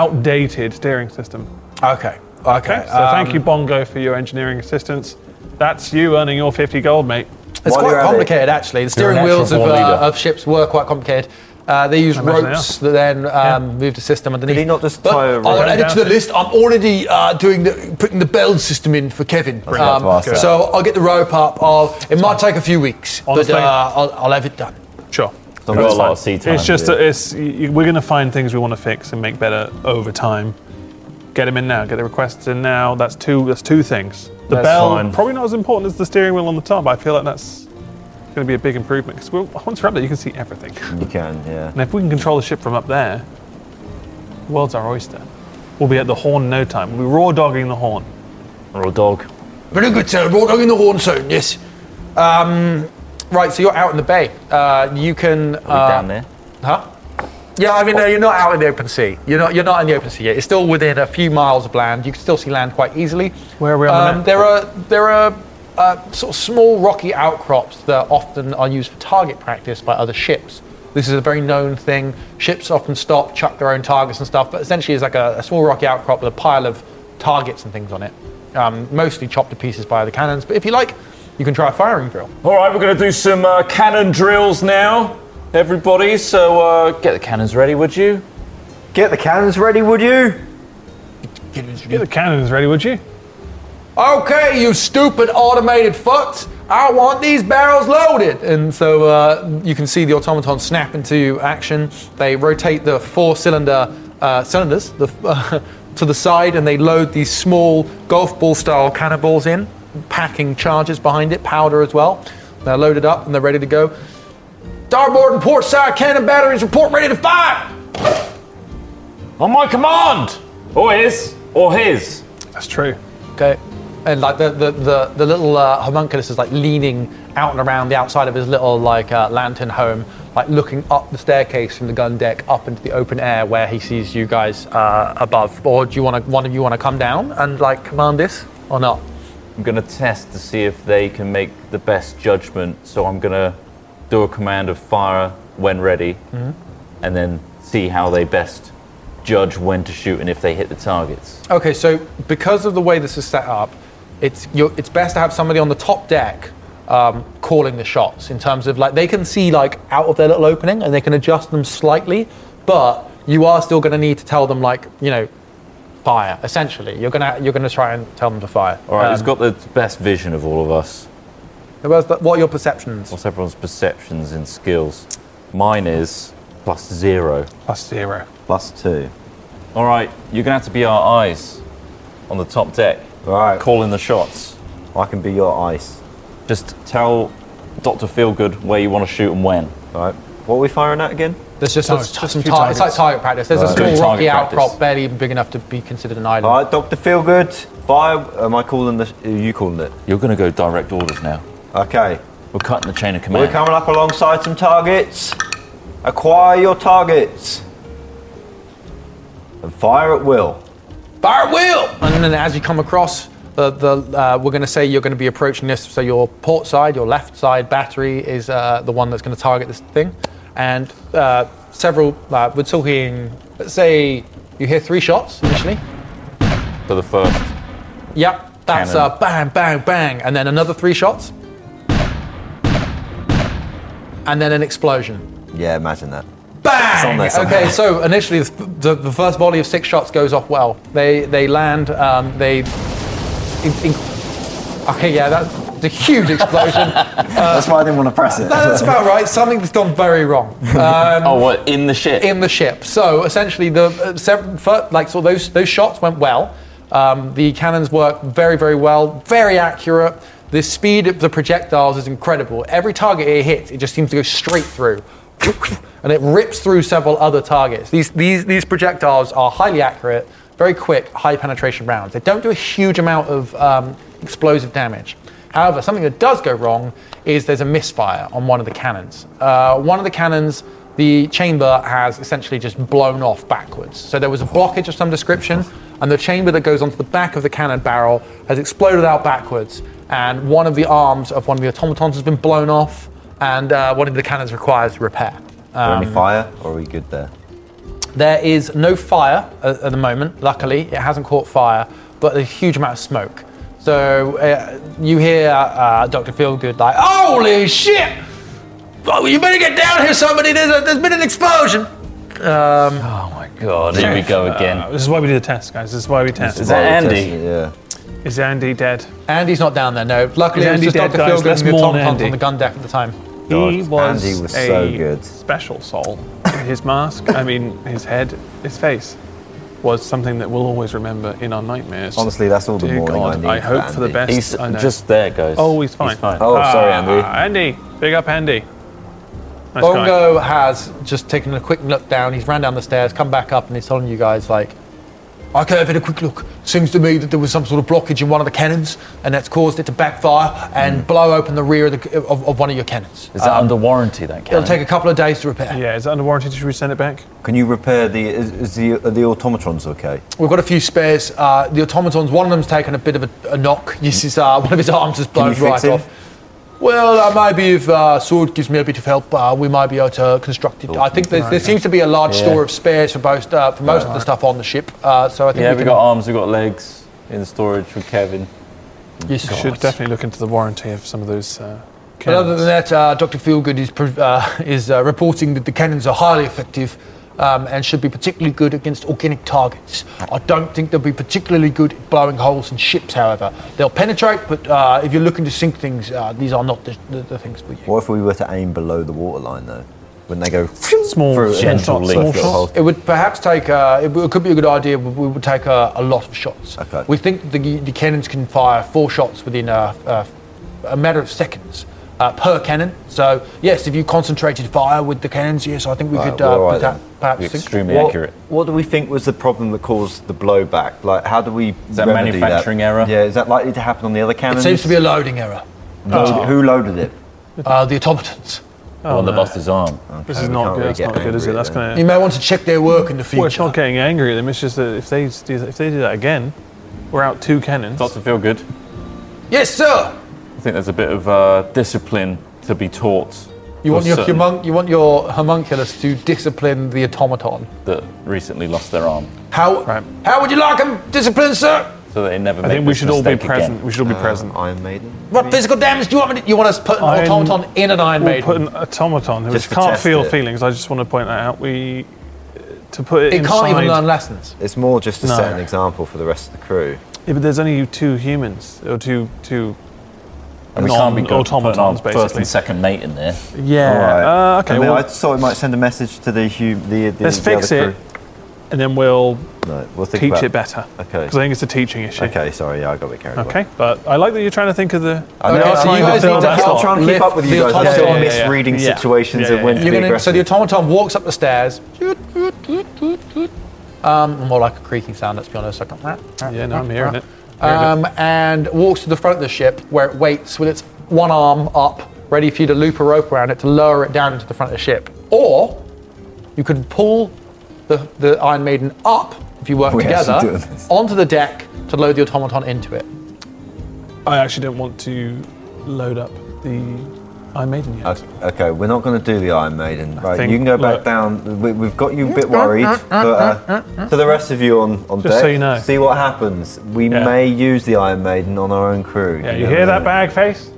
[SPEAKER 3] outdated steering system.
[SPEAKER 1] Okay. Okay. Um,
[SPEAKER 3] Okay, so thank you, Bongo, for your engineering assistance. That's you earning your 50 gold, mate.
[SPEAKER 1] It's
[SPEAKER 4] While
[SPEAKER 1] quite
[SPEAKER 4] you're at it-
[SPEAKER 1] complicated, actually. The steering
[SPEAKER 2] natural
[SPEAKER 1] wheels of,
[SPEAKER 2] born
[SPEAKER 1] uh,
[SPEAKER 2] leader.
[SPEAKER 1] of ships were quite complicated. Uh, they used
[SPEAKER 3] imagine they
[SPEAKER 1] ropes that then um, moved a system underneath.
[SPEAKER 4] Did he not just
[SPEAKER 1] But
[SPEAKER 4] tie a
[SPEAKER 1] I'll
[SPEAKER 4] rope?
[SPEAKER 1] add it to the
[SPEAKER 3] Down to-
[SPEAKER 1] list. I'm already uh, doing the, putting the bell system in for Kevin. Um,
[SPEAKER 4] about to ask that.
[SPEAKER 1] so I'll get the rope up. I'll, it might take a few weeks,
[SPEAKER 3] Honestly-
[SPEAKER 1] but uh, I'll, I'll have it done.
[SPEAKER 3] Sure.
[SPEAKER 2] I've got a lot of sea time.
[SPEAKER 3] It's just that it's, y- y- we're going to find things we want to fix and make better over time. Get them in now. Get the requests in now. That's two. That's two things. The
[SPEAKER 2] That's
[SPEAKER 3] bell
[SPEAKER 2] fine.
[SPEAKER 3] probably not as important as the steering wheel on the top. I feel like that's going to be a big improvement because once we're up there, you can see everything.
[SPEAKER 4] You can, yeah.
[SPEAKER 3] And if we can control the ship from up there, the world's our oyster. We'll be at the horn in no time. We'll be raw dogging the horn.
[SPEAKER 2] or a dog.
[SPEAKER 1] Very good, sir. Raw dog in the horn soon, yes. Um, right, so you're out in the bay. Uh, you can. uh,
[SPEAKER 2] down there.
[SPEAKER 1] Huh? Yeah, I mean, no, you're not out in the open sea. You're not, you're not in the open sea yet. It's still within a few miles of land. You can still see land quite easily. Um,
[SPEAKER 3] Where are we on the map?
[SPEAKER 1] There are, there are uh, sort of small rocky outcrops that often are used for target practice by other ships. This is a very known thing. Ships often stop, chuck their own targets and stuff, but essentially it's like a, a small rocky outcrop with a pile of targets and things on it, um, mostly chopped to pieces by the cannons. But if you like, you can try a firing drill.
[SPEAKER 2] All right, we're going to do some uh, cannon drills now, everybody. So uh, get the cannons ready, would you?
[SPEAKER 4] Get the cannons ready, would you?
[SPEAKER 3] Get the cannons ready, would you?
[SPEAKER 1] okay, you stupid automated fucks, I want these barrels loaded. And so uh, you can see the automaton snap into action. They rotate the four cylinder uh, cylinders the, to the side and they load these small golf ball style cannonballs in, packing charges behind it, powder as well. They're loaded up and they're ready to go. Starboard and port side cannon batteries report ready to fire!
[SPEAKER 2] On my command! Or his, or his.
[SPEAKER 3] That's true.
[SPEAKER 1] Okay. And like the the the, the little uh, homunculus is like leaning out and around the outside of his little like uh, lantern home, like looking up the staircase from the gun deck up into the open air where he sees you guys uh, above. Or do you want to one of you want to come down and like command this or not?
[SPEAKER 2] I'm going to test to see if they can make the best judgment. So I'm going to do a command of fire when ready,
[SPEAKER 3] Mm-hmm.
[SPEAKER 2] and then see how they best judge when to shoot and if they hit the targets.
[SPEAKER 1] Okay, so because of the way this is set up, it's you're, it's best to have somebody on the top deck um, calling the shots in terms of like they can see like out of their little opening and they can adjust them slightly, but you are still going to need to tell them like you know fire essentially. You're gonna you're gonna try and tell them to fire.
[SPEAKER 2] All right,
[SPEAKER 1] Um,
[SPEAKER 2] who's got the best vision of all of us?
[SPEAKER 1] where's the- what are your perceptions?
[SPEAKER 2] What's everyone's perceptions and skills? Mine is plus zero.
[SPEAKER 3] Plus zero.
[SPEAKER 4] Plus two.
[SPEAKER 2] All right, you're going to have to be our eyes on the top deck,
[SPEAKER 4] Right.
[SPEAKER 2] calling the shots.
[SPEAKER 4] I can be your ice.
[SPEAKER 2] Just tell Dr. Feelgood where you want to shoot and when.
[SPEAKER 4] Right. What are we firing at again?
[SPEAKER 1] There's just,
[SPEAKER 3] No,
[SPEAKER 1] it's
[SPEAKER 3] it's
[SPEAKER 1] just
[SPEAKER 3] just
[SPEAKER 1] some
[SPEAKER 3] few
[SPEAKER 1] tar- it's like
[SPEAKER 3] targets.
[SPEAKER 1] target practice. There's a
[SPEAKER 2] Right.
[SPEAKER 1] small
[SPEAKER 2] Good
[SPEAKER 1] rocky
[SPEAKER 2] target practice.
[SPEAKER 1] outcrop, barely even big enough to be considered an island.
[SPEAKER 4] All right, Doctor Feelgood. Fire. Am I calling the? Are you calling it?
[SPEAKER 2] You're going to go direct orders now.
[SPEAKER 4] Okay.
[SPEAKER 2] We're cutting the chain of
[SPEAKER 4] We're
[SPEAKER 2] command.
[SPEAKER 4] coming up alongside some targets. Acquire your targets. And fire at will.
[SPEAKER 1] Fire wheel! And then as you come across, the, the, uh, we're going to say you're going to be approaching this. So your port side, your left side battery is uh, the one that's going to target this thing. And uh, several, uh, we're talking, let's say you hear three shots initially.
[SPEAKER 2] For the first.
[SPEAKER 1] Yep, that's
[SPEAKER 2] Cannon.
[SPEAKER 1] uh, bang, bang, bang. And then another three shots. And then an explosion.
[SPEAKER 4] Yeah, imagine that.
[SPEAKER 1] Bang!
[SPEAKER 4] on there somehow.
[SPEAKER 1] okay, so initially the, the, the first volley of six shots goes off well. They they land. Um, they. in- in- okay, yeah, that's a huge explosion.
[SPEAKER 6] That's why I didn't want to press it.
[SPEAKER 1] that's about right. Something's gone very wrong Um,
[SPEAKER 2] oh, what? In the ship.
[SPEAKER 1] in the ship. So essentially, the uh, sev- fir- like so those those shots went well. Um, the cannons work very very well, very accurate. The speed of the projectiles is incredible. Every target it hits, it just seems to go straight through, and it rips through several other targets. These these these projectiles are highly accurate, very quick, high penetration rounds. They don't do a huge amount of um, explosive damage. However, something that does go wrong is there's a misfire on one of the cannons. Uh, one of the cannons, the chamber has essentially just blown off backwards. So there was a blockage of some description, and the chamber that goes onto the back of the cannon barrel has exploded out backwards, and one of the arms of one of the automatons has been blown off, and uh, one of the cannons requires repair.
[SPEAKER 4] Is there any fire, or are we good there?
[SPEAKER 1] There is no fire at, at the moment, luckily. It hasn't caught fire, but a huge amount of smoke. So uh, you hear uh, Dr. Feelgood like, Holy shit! Oh, you better get down here, somebody. There's, a, there's been an explosion.
[SPEAKER 2] Oh my god, here we go again.
[SPEAKER 3] Uh, this is why we do the test, guys. This is why we test.
[SPEAKER 2] Is that
[SPEAKER 4] Fire
[SPEAKER 2] Andy?
[SPEAKER 4] test, Yeah.
[SPEAKER 3] Is Andy dead?
[SPEAKER 1] Andy's not down there, no. Luckily,
[SPEAKER 3] Is
[SPEAKER 1] it was
[SPEAKER 3] Andy
[SPEAKER 1] just
[SPEAKER 3] dead,
[SPEAKER 1] Dr.
[SPEAKER 3] guys?
[SPEAKER 1] Feelgood
[SPEAKER 3] Let's
[SPEAKER 1] and the
[SPEAKER 3] mourn
[SPEAKER 1] automatons
[SPEAKER 3] Andy.
[SPEAKER 1] on the gun deck at the time.
[SPEAKER 3] He
[SPEAKER 4] God,
[SPEAKER 3] was,
[SPEAKER 4] Andy was
[SPEAKER 3] a
[SPEAKER 4] so good.
[SPEAKER 3] special soul. His mask, I mean, his head, his face, was something that we'll always remember in our nightmares.
[SPEAKER 4] Honestly, that's all the
[SPEAKER 3] Dear
[SPEAKER 4] morning I
[SPEAKER 3] God,
[SPEAKER 4] need
[SPEAKER 3] I hope for the
[SPEAKER 4] Andy.
[SPEAKER 3] best.
[SPEAKER 2] He's
[SPEAKER 3] I know.
[SPEAKER 2] just there, guys.
[SPEAKER 3] Oh, he's fine.
[SPEAKER 4] Oh, sorry,
[SPEAKER 3] Ah,
[SPEAKER 4] Andy.
[SPEAKER 3] Andy, big up, Andy. Nice guy.
[SPEAKER 1] Bongo has just taken a quick look down. He's ran down the stairs, come back up, and he's telling you guys like, "Okay, I've had a quick look. Seems to me that there was some sort of blockage in one of the cannons, and that's caused it to backfire and blow open the rear of, the, of, of one of your cannons.
[SPEAKER 2] Is that under warranty, that
[SPEAKER 1] It'll
[SPEAKER 2] cannon?
[SPEAKER 1] take a couple of days to repair.
[SPEAKER 3] Yeah, is it under warranty? Should we send it back?
[SPEAKER 4] Can you repair the? Is, is the are the automatrons okay?
[SPEAKER 1] We've got a few spares. Uh, the automatons, one of them's taken a bit of a, a knock. This is uh, one of his arms is blown
[SPEAKER 4] you fix
[SPEAKER 1] right
[SPEAKER 4] him?
[SPEAKER 1] off. Well, uh, maybe if uh, Sword gives me a bit of help, uh, we might be able to construct it.
[SPEAKER 2] Oh,
[SPEAKER 1] I think there's, there seems to be a large store of spares for most uh, for most of the stuff on the ship. Uh, so I think
[SPEAKER 2] Yeah,
[SPEAKER 1] we
[SPEAKER 2] we
[SPEAKER 1] can-
[SPEAKER 2] got arms, we got legs in storage with Kevin.
[SPEAKER 1] Yes,
[SPEAKER 3] We should uh, definitely look into the warranty of some of those. Uh,
[SPEAKER 1] But other than
[SPEAKER 3] cannons.
[SPEAKER 1] that, uh, Dr. Feelgood is, pro- uh, is uh, reporting that the cannons are highly effective um, and should be particularly good against organic targets. I don't think they'll be particularly good at blowing holes in ships, however. They'll penetrate, but uh, if you're looking to sink things, uh, these are not the, the, the things for you.
[SPEAKER 4] What if we were to aim below the waterline though? Wouldn't they go?
[SPEAKER 3] small,
[SPEAKER 4] through
[SPEAKER 3] small
[SPEAKER 4] it and
[SPEAKER 3] shots,
[SPEAKER 2] gently
[SPEAKER 3] small
[SPEAKER 4] slip
[SPEAKER 3] shots.
[SPEAKER 4] holes?
[SPEAKER 1] It would perhaps take, uh, it, w- it could be a good idea, but we would take uh, a lot of shots.
[SPEAKER 4] Okay.
[SPEAKER 1] We think the, the cannons can fire four shots within uh, uh, a matter of seconds. Uh, per cannon, so yes, if you concentrated fire with the cannons, yes, I think we
[SPEAKER 4] Right,
[SPEAKER 1] could uh,
[SPEAKER 4] well, Oh, all right
[SPEAKER 1] perhaps-
[SPEAKER 4] then.
[SPEAKER 1] perhaps think-
[SPEAKER 2] Extremely
[SPEAKER 4] What-
[SPEAKER 2] accurate.
[SPEAKER 4] What do we think was the problem that caused the blowback? Like, how do we? Is
[SPEAKER 2] that manufacturing error?
[SPEAKER 4] Yeah, is that likely to happen on the other
[SPEAKER 1] It
[SPEAKER 4] cannons?
[SPEAKER 1] seems to be a loading error.
[SPEAKER 4] Load- Who loaded it?
[SPEAKER 1] Uh, the automatons.
[SPEAKER 3] Oh,
[SPEAKER 2] on the boss's arm.
[SPEAKER 3] This is not
[SPEAKER 4] can't
[SPEAKER 3] good.
[SPEAKER 4] really
[SPEAKER 3] That's
[SPEAKER 4] get
[SPEAKER 3] not good, is it?
[SPEAKER 4] angry
[SPEAKER 3] That's
[SPEAKER 4] at
[SPEAKER 3] going
[SPEAKER 1] You
[SPEAKER 3] to.
[SPEAKER 1] may want to check their work in the
[SPEAKER 3] We're not
[SPEAKER 1] future.
[SPEAKER 3] getting angry at them. It's just that if they do that, if they do that again, we're out two cannons.
[SPEAKER 2] Doctor Feelgood,
[SPEAKER 1] Yes, sir.
[SPEAKER 2] I think there's a bit of uh, discipline to be taught.
[SPEAKER 1] You want
[SPEAKER 2] for
[SPEAKER 1] your
[SPEAKER 2] certain
[SPEAKER 1] humunk, you want your homunculus to discipline the automaton.
[SPEAKER 2] that recently lost their arm,
[SPEAKER 1] How
[SPEAKER 3] Right.
[SPEAKER 1] how would you like him disciplined, sir?
[SPEAKER 2] so they never.
[SPEAKER 3] I think we should all be present. We should all be present.
[SPEAKER 4] Iron Maiden.
[SPEAKER 1] What physical damage do you want me to? You want us to put an
[SPEAKER 3] Iron-
[SPEAKER 1] automaton in an Iron
[SPEAKER 3] We'll
[SPEAKER 1] Maiden?
[SPEAKER 3] put an automaton, which
[SPEAKER 4] Just to
[SPEAKER 3] can't
[SPEAKER 4] test
[SPEAKER 3] feel
[SPEAKER 4] it.
[SPEAKER 3] feelings. I just want to point that out. We uh, to put it,
[SPEAKER 1] it
[SPEAKER 3] inside.
[SPEAKER 1] can't even learn lessons.
[SPEAKER 4] It's more just to
[SPEAKER 3] No.
[SPEAKER 4] set an example for the rest of the crew.
[SPEAKER 3] Yeah, but there's only two humans or two two.
[SPEAKER 2] And we can't be good for putting our
[SPEAKER 3] Non-automatons,
[SPEAKER 2] first
[SPEAKER 3] basically.
[SPEAKER 2] and second mate in there.
[SPEAKER 3] Yeah. Uh, okay.
[SPEAKER 4] I, mean,
[SPEAKER 3] well,
[SPEAKER 4] I thought it might send a message to the hu- the, the
[SPEAKER 3] let's
[SPEAKER 4] the
[SPEAKER 3] fix
[SPEAKER 4] other
[SPEAKER 3] it, and then we'll
[SPEAKER 4] Crew. No, we'll think
[SPEAKER 3] teach
[SPEAKER 4] about
[SPEAKER 3] it better.
[SPEAKER 4] Okay.
[SPEAKER 3] Because I think it's a teaching issue.
[SPEAKER 4] Okay, sorry, yeah, I got a bit carried away.
[SPEAKER 3] Okay. But I like that you're trying to think of the.
[SPEAKER 4] I know,
[SPEAKER 1] Okay,
[SPEAKER 4] I'm
[SPEAKER 1] so
[SPEAKER 4] trying
[SPEAKER 1] you
[SPEAKER 4] to
[SPEAKER 1] guys
[SPEAKER 4] fill
[SPEAKER 1] need to
[SPEAKER 4] that
[SPEAKER 1] help
[SPEAKER 4] slot. I'm trying to
[SPEAKER 1] lift
[SPEAKER 4] keep up with
[SPEAKER 1] the
[SPEAKER 4] you guys. I'm
[SPEAKER 1] automaton.
[SPEAKER 4] still
[SPEAKER 1] Yeah, yeah, yeah.
[SPEAKER 4] misreading
[SPEAKER 3] Yeah.
[SPEAKER 4] situations
[SPEAKER 3] Yeah, yeah,
[SPEAKER 4] of when
[SPEAKER 3] yeah.
[SPEAKER 4] to
[SPEAKER 1] You're
[SPEAKER 4] be
[SPEAKER 1] gonna, so
[SPEAKER 4] aggressive.
[SPEAKER 1] the automaton walks up the stairs. Um, more like a creaking sound, let's be honest. Like,
[SPEAKER 3] Yeah, no, I'm hearing it. Hearing it.
[SPEAKER 1] um, and walks to the front of the ship where it waits with its one arm up, ready for you to loop a rope around it to lower it down into the front of the ship. Or you could pull the, the Iron Maiden up, if you work
[SPEAKER 6] We actually
[SPEAKER 1] together,
[SPEAKER 6] doing this.
[SPEAKER 1] onto the deck to load the automaton into it.
[SPEAKER 3] I actually don't want to load up the Iron Maiden yet.
[SPEAKER 4] Okay, okay, we're not going to do the Iron Maiden. Right,
[SPEAKER 3] think-
[SPEAKER 4] you can go back
[SPEAKER 3] look.
[SPEAKER 4] down. We, we've got you a bit worried, but uh, to the rest of you on, on
[SPEAKER 3] Just
[SPEAKER 4] deck,
[SPEAKER 3] so you know.
[SPEAKER 4] see what happens. We
[SPEAKER 3] Yeah.
[SPEAKER 4] may use the Iron Maiden on our own crew.
[SPEAKER 3] Yeah, you hear that, bag face?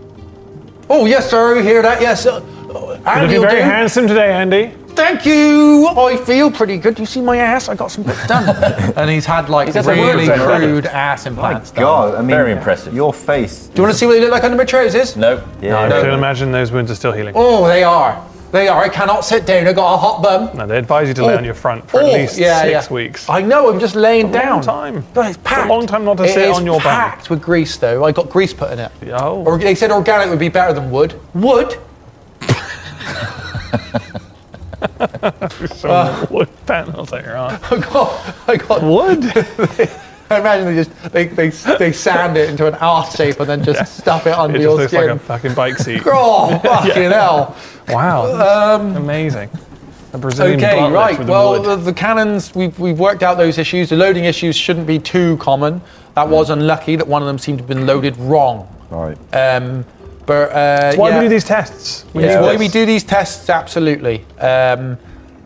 [SPEAKER 1] Oh, yes, sir, you hear that? Yes, sir.
[SPEAKER 3] You're
[SPEAKER 1] Andy
[SPEAKER 3] looking
[SPEAKER 1] will
[SPEAKER 3] very
[SPEAKER 1] do.
[SPEAKER 3] handsome today, Andy.
[SPEAKER 1] Thank you. I feel pretty good. You see my ass? I got some bits done. and he's had like
[SPEAKER 2] had some
[SPEAKER 1] really
[SPEAKER 2] work done.
[SPEAKER 1] crude ass implants. done.
[SPEAKER 4] God, I mean,
[SPEAKER 2] Very impressive.
[SPEAKER 4] Your face.
[SPEAKER 1] Do you want to see what they look like under my trousers?
[SPEAKER 2] Nope.
[SPEAKER 4] Yeah,
[SPEAKER 3] I
[SPEAKER 4] no,
[SPEAKER 3] can imagine those wounds are still healing.
[SPEAKER 1] Oh, they are. They are. I cannot sit down. I got a hot bum.
[SPEAKER 3] No, they advise you to lay
[SPEAKER 1] Oh.
[SPEAKER 3] on your front for
[SPEAKER 1] Oh,
[SPEAKER 3] at least
[SPEAKER 1] yeah,
[SPEAKER 3] six
[SPEAKER 1] yeah.
[SPEAKER 3] weeks.
[SPEAKER 1] I know. I'm just laying
[SPEAKER 3] a
[SPEAKER 1] down.
[SPEAKER 3] long time.
[SPEAKER 1] But it's
[SPEAKER 3] It's a
[SPEAKER 1] packed.
[SPEAKER 3] long time not to
[SPEAKER 1] It
[SPEAKER 3] sit
[SPEAKER 1] is
[SPEAKER 3] on your back.
[SPEAKER 1] packed with grease, though. I got grease put in it.
[SPEAKER 3] Oh.
[SPEAKER 1] Or they said organic would be better than wood. Wood?
[SPEAKER 3] So
[SPEAKER 1] uh,
[SPEAKER 3] wood panels on your arm.
[SPEAKER 1] I got. I got.
[SPEAKER 3] Wood?
[SPEAKER 1] I imagine they just they they, they sand it into an arse shape and then just stuff it under
[SPEAKER 3] It just
[SPEAKER 1] your
[SPEAKER 3] looks
[SPEAKER 1] skin.
[SPEAKER 3] like a fucking bike seat.
[SPEAKER 1] Oh, fucking hell.
[SPEAKER 3] Wow. Amazing. A Brazilian
[SPEAKER 1] um, Okay,
[SPEAKER 3] butt lift
[SPEAKER 1] right.
[SPEAKER 3] with
[SPEAKER 1] Well,
[SPEAKER 3] wood.
[SPEAKER 1] the, the cannons, we've, we've worked out those issues. The loading issues shouldn't be too common.
[SPEAKER 3] Mm.
[SPEAKER 1] That was unlucky that one of them seemed to have been loaded wrong.
[SPEAKER 4] All right.
[SPEAKER 1] Um, but uh,
[SPEAKER 3] Why
[SPEAKER 1] yeah.
[SPEAKER 3] do we do these tests? We
[SPEAKER 1] It's
[SPEAKER 3] need
[SPEAKER 1] why
[SPEAKER 3] this.
[SPEAKER 1] we do these tests, absolutely. Um,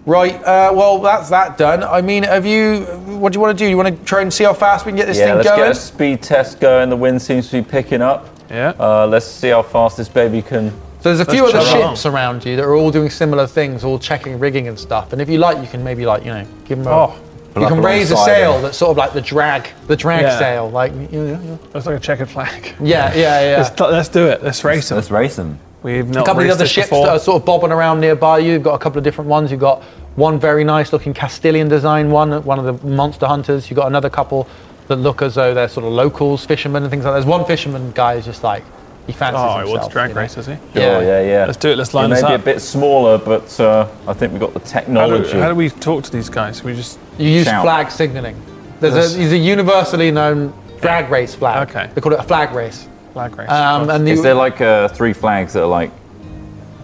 [SPEAKER 1] right, uh, well, that's that done. I mean, have you, what do you want to do? You want to try and see how fast we can get this
[SPEAKER 2] Yeah,
[SPEAKER 1] thing
[SPEAKER 2] let's
[SPEAKER 1] going?
[SPEAKER 2] get a speed test going. The wind seems to be picking up.
[SPEAKER 3] Yeah.
[SPEAKER 2] Uh, let's see how fast this baby can.
[SPEAKER 1] So there's a few other
[SPEAKER 3] chug along.
[SPEAKER 1] ships around you that are all doing similar things, all checking rigging and stuff. And if you like, you can maybe like you know give them a.
[SPEAKER 3] Oh.
[SPEAKER 1] you can
[SPEAKER 4] Up
[SPEAKER 1] raise a
[SPEAKER 4] alongside
[SPEAKER 1] sail
[SPEAKER 4] them.
[SPEAKER 1] that's sort of like the drag, the drag
[SPEAKER 3] Yeah.
[SPEAKER 1] sail, like you know,
[SPEAKER 3] That's like a checkered flag.
[SPEAKER 1] yeah, yeah, yeah.
[SPEAKER 3] Let's, let's do it. Let's race them.
[SPEAKER 4] Let's race them.
[SPEAKER 3] We've
[SPEAKER 1] A
[SPEAKER 3] not
[SPEAKER 1] couple of the
[SPEAKER 3] raced
[SPEAKER 1] other
[SPEAKER 3] this
[SPEAKER 1] ships
[SPEAKER 3] before.
[SPEAKER 1] that are sort of bobbing around nearby you. You've got a couple of different ones. You've got one very nice looking Castilian design one, one of the monster hunters. You've got another couple that look as though they're sort of locals, fishermen and things like that. There's one fisherman guy who's just like he fancies
[SPEAKER 3] Oh,
[SPEAKER 1] himself.
[SPEAKER 3] what's drag
[SPEAKER 1] you know.
[SPEAKER 3] race, is he?
[SPEAKER 2] Oh, yeah, yeah.
[SPEAKER 3] Let's do it. Let's
[SPEAKER 2] It
[SPEAKER 3] line
[SPEAKER 2] may
[SPEAKER 3] this
[SPEAKER 2] be a
[SPEAKER 3] up.
[SPEAKER 2] bit smaller, but uh, I think we've got the
[SPEAKER 3] How do,
[SPEAKER 2] technology.
[SPEAKER 3] how do we talk to these guys? We just
[SPEAKER 1] You use
[SPEAKER 2] Shout.
[SPEAKER 1] flag signaling. There's
[SPEAKER 3] Yes.
[SPEAKER 1] a, there's a universally known flag race flag.
[SPEAKER 3] Okay.
[SPEAKER 1] They call it a flag race.
[SPEAKER 3] flag race.
[SPEAKER 1] Um, and
[SPEAKER 2] Is
[SPEAKER 1] you,
[SPEAKER 2] there like uh, three flags that are like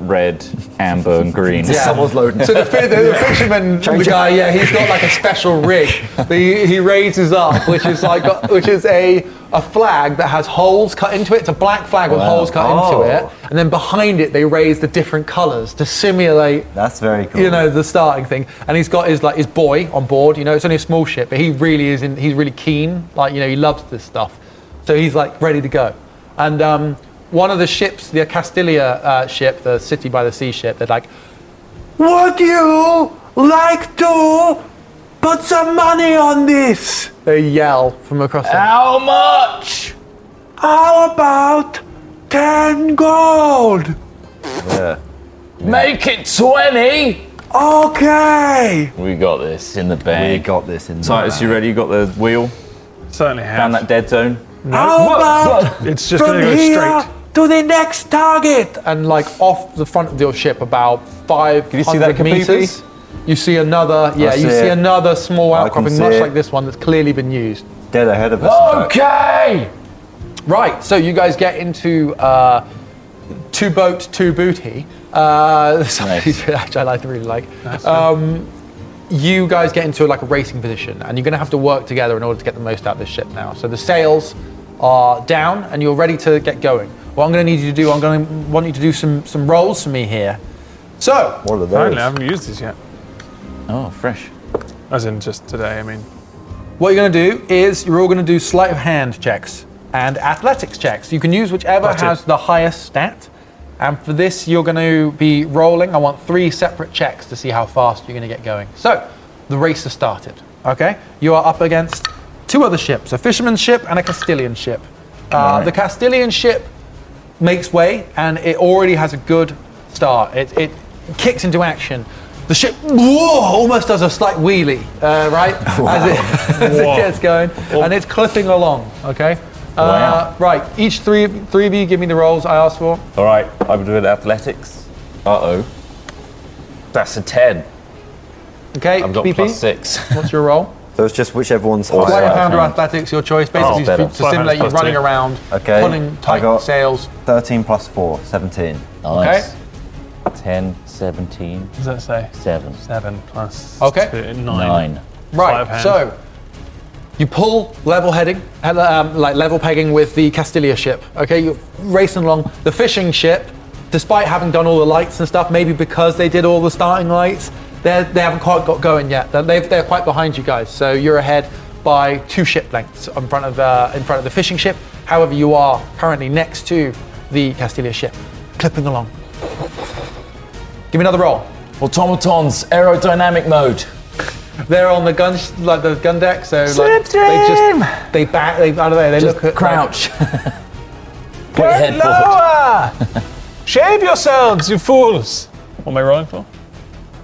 [SPEAKER 2] red, amber, and green?
[SPEAKER 1] Yeah.
[SPEAKER 4] Someone's loading.
[SPEAKER 1] so the, fi- the, the fisherman, the guy, yeah, he's got like a special rig. that he, he raises up, which is like, got- which is a a flag that has holes cut into it. It's a black flag with holes cut
[SPEAKER 4] Oh.
[SPEAKER 1] into it, and then behind it they raise the different colours to simulate
[SPEAKER 4] That's very cool.
[SPEAKER 1] you know the starting thing and he's got his like his boy on board you know it's only a small ship but he really is in he's really keen like you know he loves this stuff so he's like ready to go and um, one of the ships the castilia uh, ship the city by the sea ship they're like would you like to put some money on this they yell from across the
[SPEAKER 2] How much?
[SPEAKER 1] how about 10 gold
[SPEAKER 4] Yeah.
[SPEAKER 2] Make it 20!
[SPEAKER 1] okay
[SPEAKER 2] We got this in the
[SPEAKER 4] We
[SPEAKER 2] bag.
[SPEAKER 4] got this in
[SPEAKER 2] Titus, you ready? You got the wheel?
[SPEAKER 3] Certainly have.
[SPEAKER 2] Found that dead zone?
[SPEAKER 1] how about
[SPEAKER 3] It's just going to go straight.
[SPEAKER 1] to the next target. And like off the front of your ship, about five
[SPEAKER 2] you see that,
[SPEAKER 1] hundred
[SPEAKER 2] Kapipi?
[SPEAKER 1] meters, you see another. Yeah, you
[SPEAKER 4] see
[SPEAKER 1] see
[SPEAKER 4] it.
[SPEAKER 1] another small
[SPEAKER 4] I can
[SPEAKER 1] outcropping,
[SPEAKER 4] see
[SPEAKER 1] much
[SPEAKER 4] it.
[SPEAKER 1] like this one that's clearly been used.
[SPEAKER 4] Dead ahead of us. in fact.
[SPEAKER 2] Okay!
[SPEAKER 1] Right. So you guys get into uh, two boat, two booty. Uh, something which I like, really like. Um, you guys get into like a racing position, and you're going to have to work together in order to get the most out of this ship now. So the sails are down, and you're ready to get going. What I'm going to need you to do, I'm going to want you to do some some rolls for me here. So
[SPEAKER 4] What are
[SPEAKER 3] Apparently, I
[SPEAKER 4] those?
[SPEAKER 3] haven't used this yet.
[SPEAKER 2] Oh, fresh.
[SPEAKER 3] As in just today, I mean.
[SPEAKER 1] What you're going to do is you're all going to do sleight of hand checks and athletics checks. You can use whichever
[SPEAKER 3] Got it.
[SPEAKER 1] has the highest stat. And for this, you're going to be rolling. I want three separate checks to see how fast you're going to get going. So, the race has started. Okay? You are up against two other ships a fisherman's ship and a Castilian ship. Uh, The Castilian ship makes way and it already has a good start. It, it kicks into action. The ship whoa, almost does a slight wheelie, uh, right? As, it, as it
[SPEAKER 3] Wow.
[SPEAKER 1] gets going. And it's clipping along, okay? Uh, right, each three, three of you give me the rolls I asked for.
[SPEAKER 2] All right, I'm doing athletics. Uh oh. That's a 10.
[SPEAKER 1] Okay,
[SPEAKER 2] I've got
[SPEAKER 1] BP,
[SPEAKER 2] plus 6.
[SPEAKER 1] what's your roll?
[SPEAKER 4] So it's just whichever one's
[SPEAKER 1] Flight
[SPEAKER 4] higher.
[SPEAKER 2] Sleight of
[SPEAKER 1] pounder
[SPEAKER 2] hand.
[SPEAKER 1] athletics, your choice. Basically,
[SPEAKER 2] better.
[SPEAKER 1] to, to
[SPEAKER 3] Sleight of
[SPEAKER 1] simulate you
[SPEAKER 3] hand's plus
[SPEAKER 1] running
[SPEAKER 3] two.
[SPEAKER 1] around,
[SPEAKER 4] Oh, Okay,
[SPEAKER 1] pulling
[SPEAKER 4] I
[SPEAKER 1] tight
[SPEAKER 4] got-
[SPEAKER 1] sails.
[SPEAKER 4] 13 plus 4, 17.
[SPEAKER 2] nice. 10, 17,
[SPEAKER 3] What does that say?
[SPEAKER 2] 7,
[SPEAKER 3] Seven plus
[SPEAKER 1] Okay.
[SPEAKER 3] two, nine.
[SPEAKER 2] 9.
[SPEAKER 3] Sleight
[SPEAKER 1] Right.
[SPEAKER 3] of hand.
[SPEAKER 1] So you pull level heading, hel- um, like level pegging with the Castilia ship. Okay, you're racing along the fishing ship. Despite having done all the lights and stuff, maybe because they did all the starting lights, they they haven't quite got going yet. They're, they've- they're quite behind you guys. So you're ahead by two ship lengths in front of uh, in front of the fishing ship. However, you are currently next to the Castilia ship, clipping along. Give me another roll.
[SPEAKER 2] Automatons, aerodynamic mode.
[SPEAKER 1] They're on the gun, like the gun deck, so like, they just they back. They, I don't know. They
[SPEAKER 2] Just
[SPEAKER 1] look at
[SPEAKER 2] crouch. Put your head forward.
[SPEAKER 3] Lower! Shave yourselves, you fools! What am I rolling for?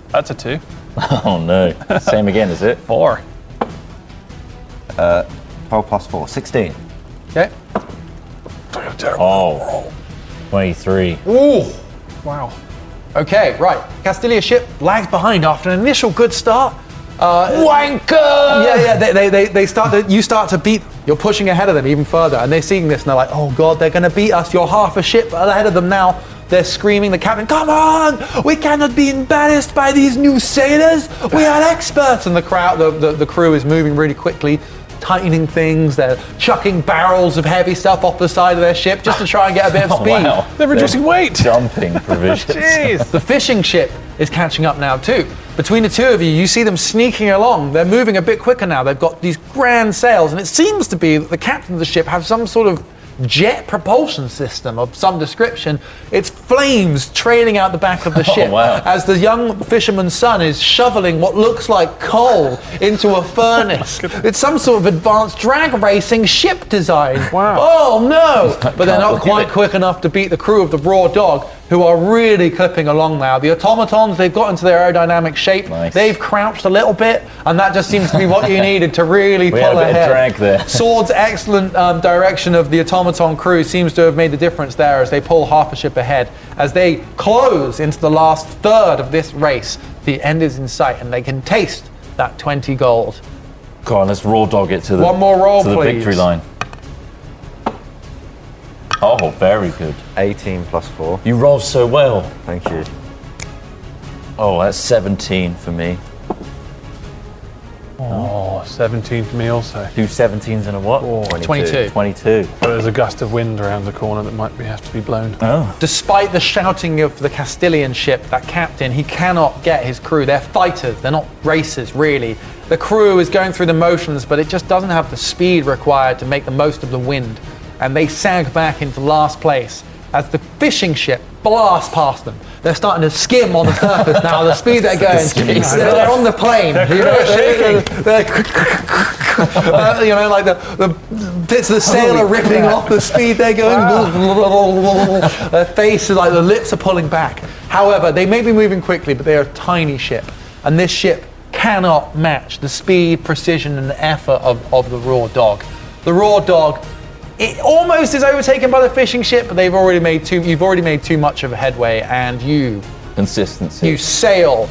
[SPEAKER 3] That's a two.
[SPEAKER 2] Oh no. Same again, is it?
[SPEAKER 3] Four.
[SPEAKER 4] 12 plus 4, 16.
[SPEAKER 1] Okay.
[SPEAKER 2] Oh. 23.
[SPEAKER 1] Ooh. Wow. Okay. Right. Castilia ship lags behind after an initial good start. Uh,
[SPEAKER 2] Wanker!
[SPEAKER 1] Yeah, yeah. They, they, they, they start to, you start to beat. You're pushing ahead of them even further, and they're seeing this, and they're like, "Oh God, they're going to beat us." You're half a ship ahead of them now. They're screaming. The captain, "Come on! We cannot be embarrassed by these new sailors. We are experts!" And the crowd, the, the, the crew is moving really quickly, tightening things. They're chucking barrels of heavy stuff off the side of their ship just to try and get a bit of
[SPEAKER 2] Oh,
[SPEAKER 1] speed.
[SPEAKER 2] wow.
[SPEAKER 3] They're reducing weight!
[SPEAKER 2] Dumping provisions.
[SPEAKER 3] Jeez!
[SPEAKER 1] The fishing ship is catching up now too. Between the two of you, you see them sneaking along. They're moving a bit quicker now. They've got these grand sails, and it seems to be that the captain of the ship has some sort of jet propulsion system of some description. It's flames trailing out the back of the ship
[SPEAKER 2] wow.
[SPEAKER 1] as the young fisherman's son is shoveling what looks like coal into
[SPEAKER 2] Oh
[SPEAKER 1] a furnace. it's some sort of advanced drag racing ship design.
[SPEAKER 3] Wow.
[SPEAKER 1] Oh no! But they're
[SPEAKER 2] can't
[SPEAKER 1] not
[SPEAKER 2] believe
[SPEAKER 1] quite
[SPEAKER 2] it.
[SPEAKER 1] quick enough to beat the crew of the Raw Dog, who are really clipping along now. The automatons, they've got into their aerodynamic shape.
[SPEAKER 2] Nice.
[SPEAKER 1] They've crouched a little bit, and that just seems to be what you needed to really
[SPEAKER 2] We
[SPEAKER 1] pull
[SPEAKER 2] had a bit of
[SPEAKER 1] ahead.
[SPEAKER 2] drag there.
[SPEAKER 1] Sword's excellent um, direction of the automaton crew seems to have made the difference there as they pull half a ship ahead. As they close into the last third of this race, the end is in sight, and they can taste that 20 gold.
[SPEAKER 2] Go on, let's raw dog it to the
[SPEAKER 1] One more roll,
[SPEAKER 2] to the
[SPEAKER 1] please.
[SPEAKER 2] victory line. Oh, very good.
[SPEAKER 4] 18 plus 4,
[SPEAKER 2] You roll so well.
[SPEAKER 4] thank you.
[SPEAKER 2] Oh, that's 17 for me.
[SPEAKER 3] Oh, 17 for me also.
[SPEAKER 2] Two 17s and a what?
[SPEAKER 1] 22.
[SPEAKER 2] 22.
[SPEAKER 3] But there's a gust of wind around the corner that might be, have to be blown.
[SPEAKER 1] Despite the shouting of the Castilian ship, that captain, he cannot get his crew. They're fighters, they're not racers, really. The crew is going through the motions, but it just doesn't have the speed required to make the most of the wind. And they sag back into last place as the fishing ship blasts past them. They're starting to skim on the surface now, the speed they're going.
[SPEAKER 2] skimming
[SPEAKER 1] they're, they're on the plane. you know, They're, uh, you know, like the, the bits of the sailor ripping off the speed they're going. Their faces, like the lips are pulling back. However, they may be moving quickly, but they are a tiny ship, and this ship cannot match the speed, precision, and effort of, of the raw dog. The raw dog. It almost is overtaken by the fishing ship, but they've already made too. You've already made too much of a headway, and you
[SPEAKER 2] Consistency.
[SPEAKER 1] you sail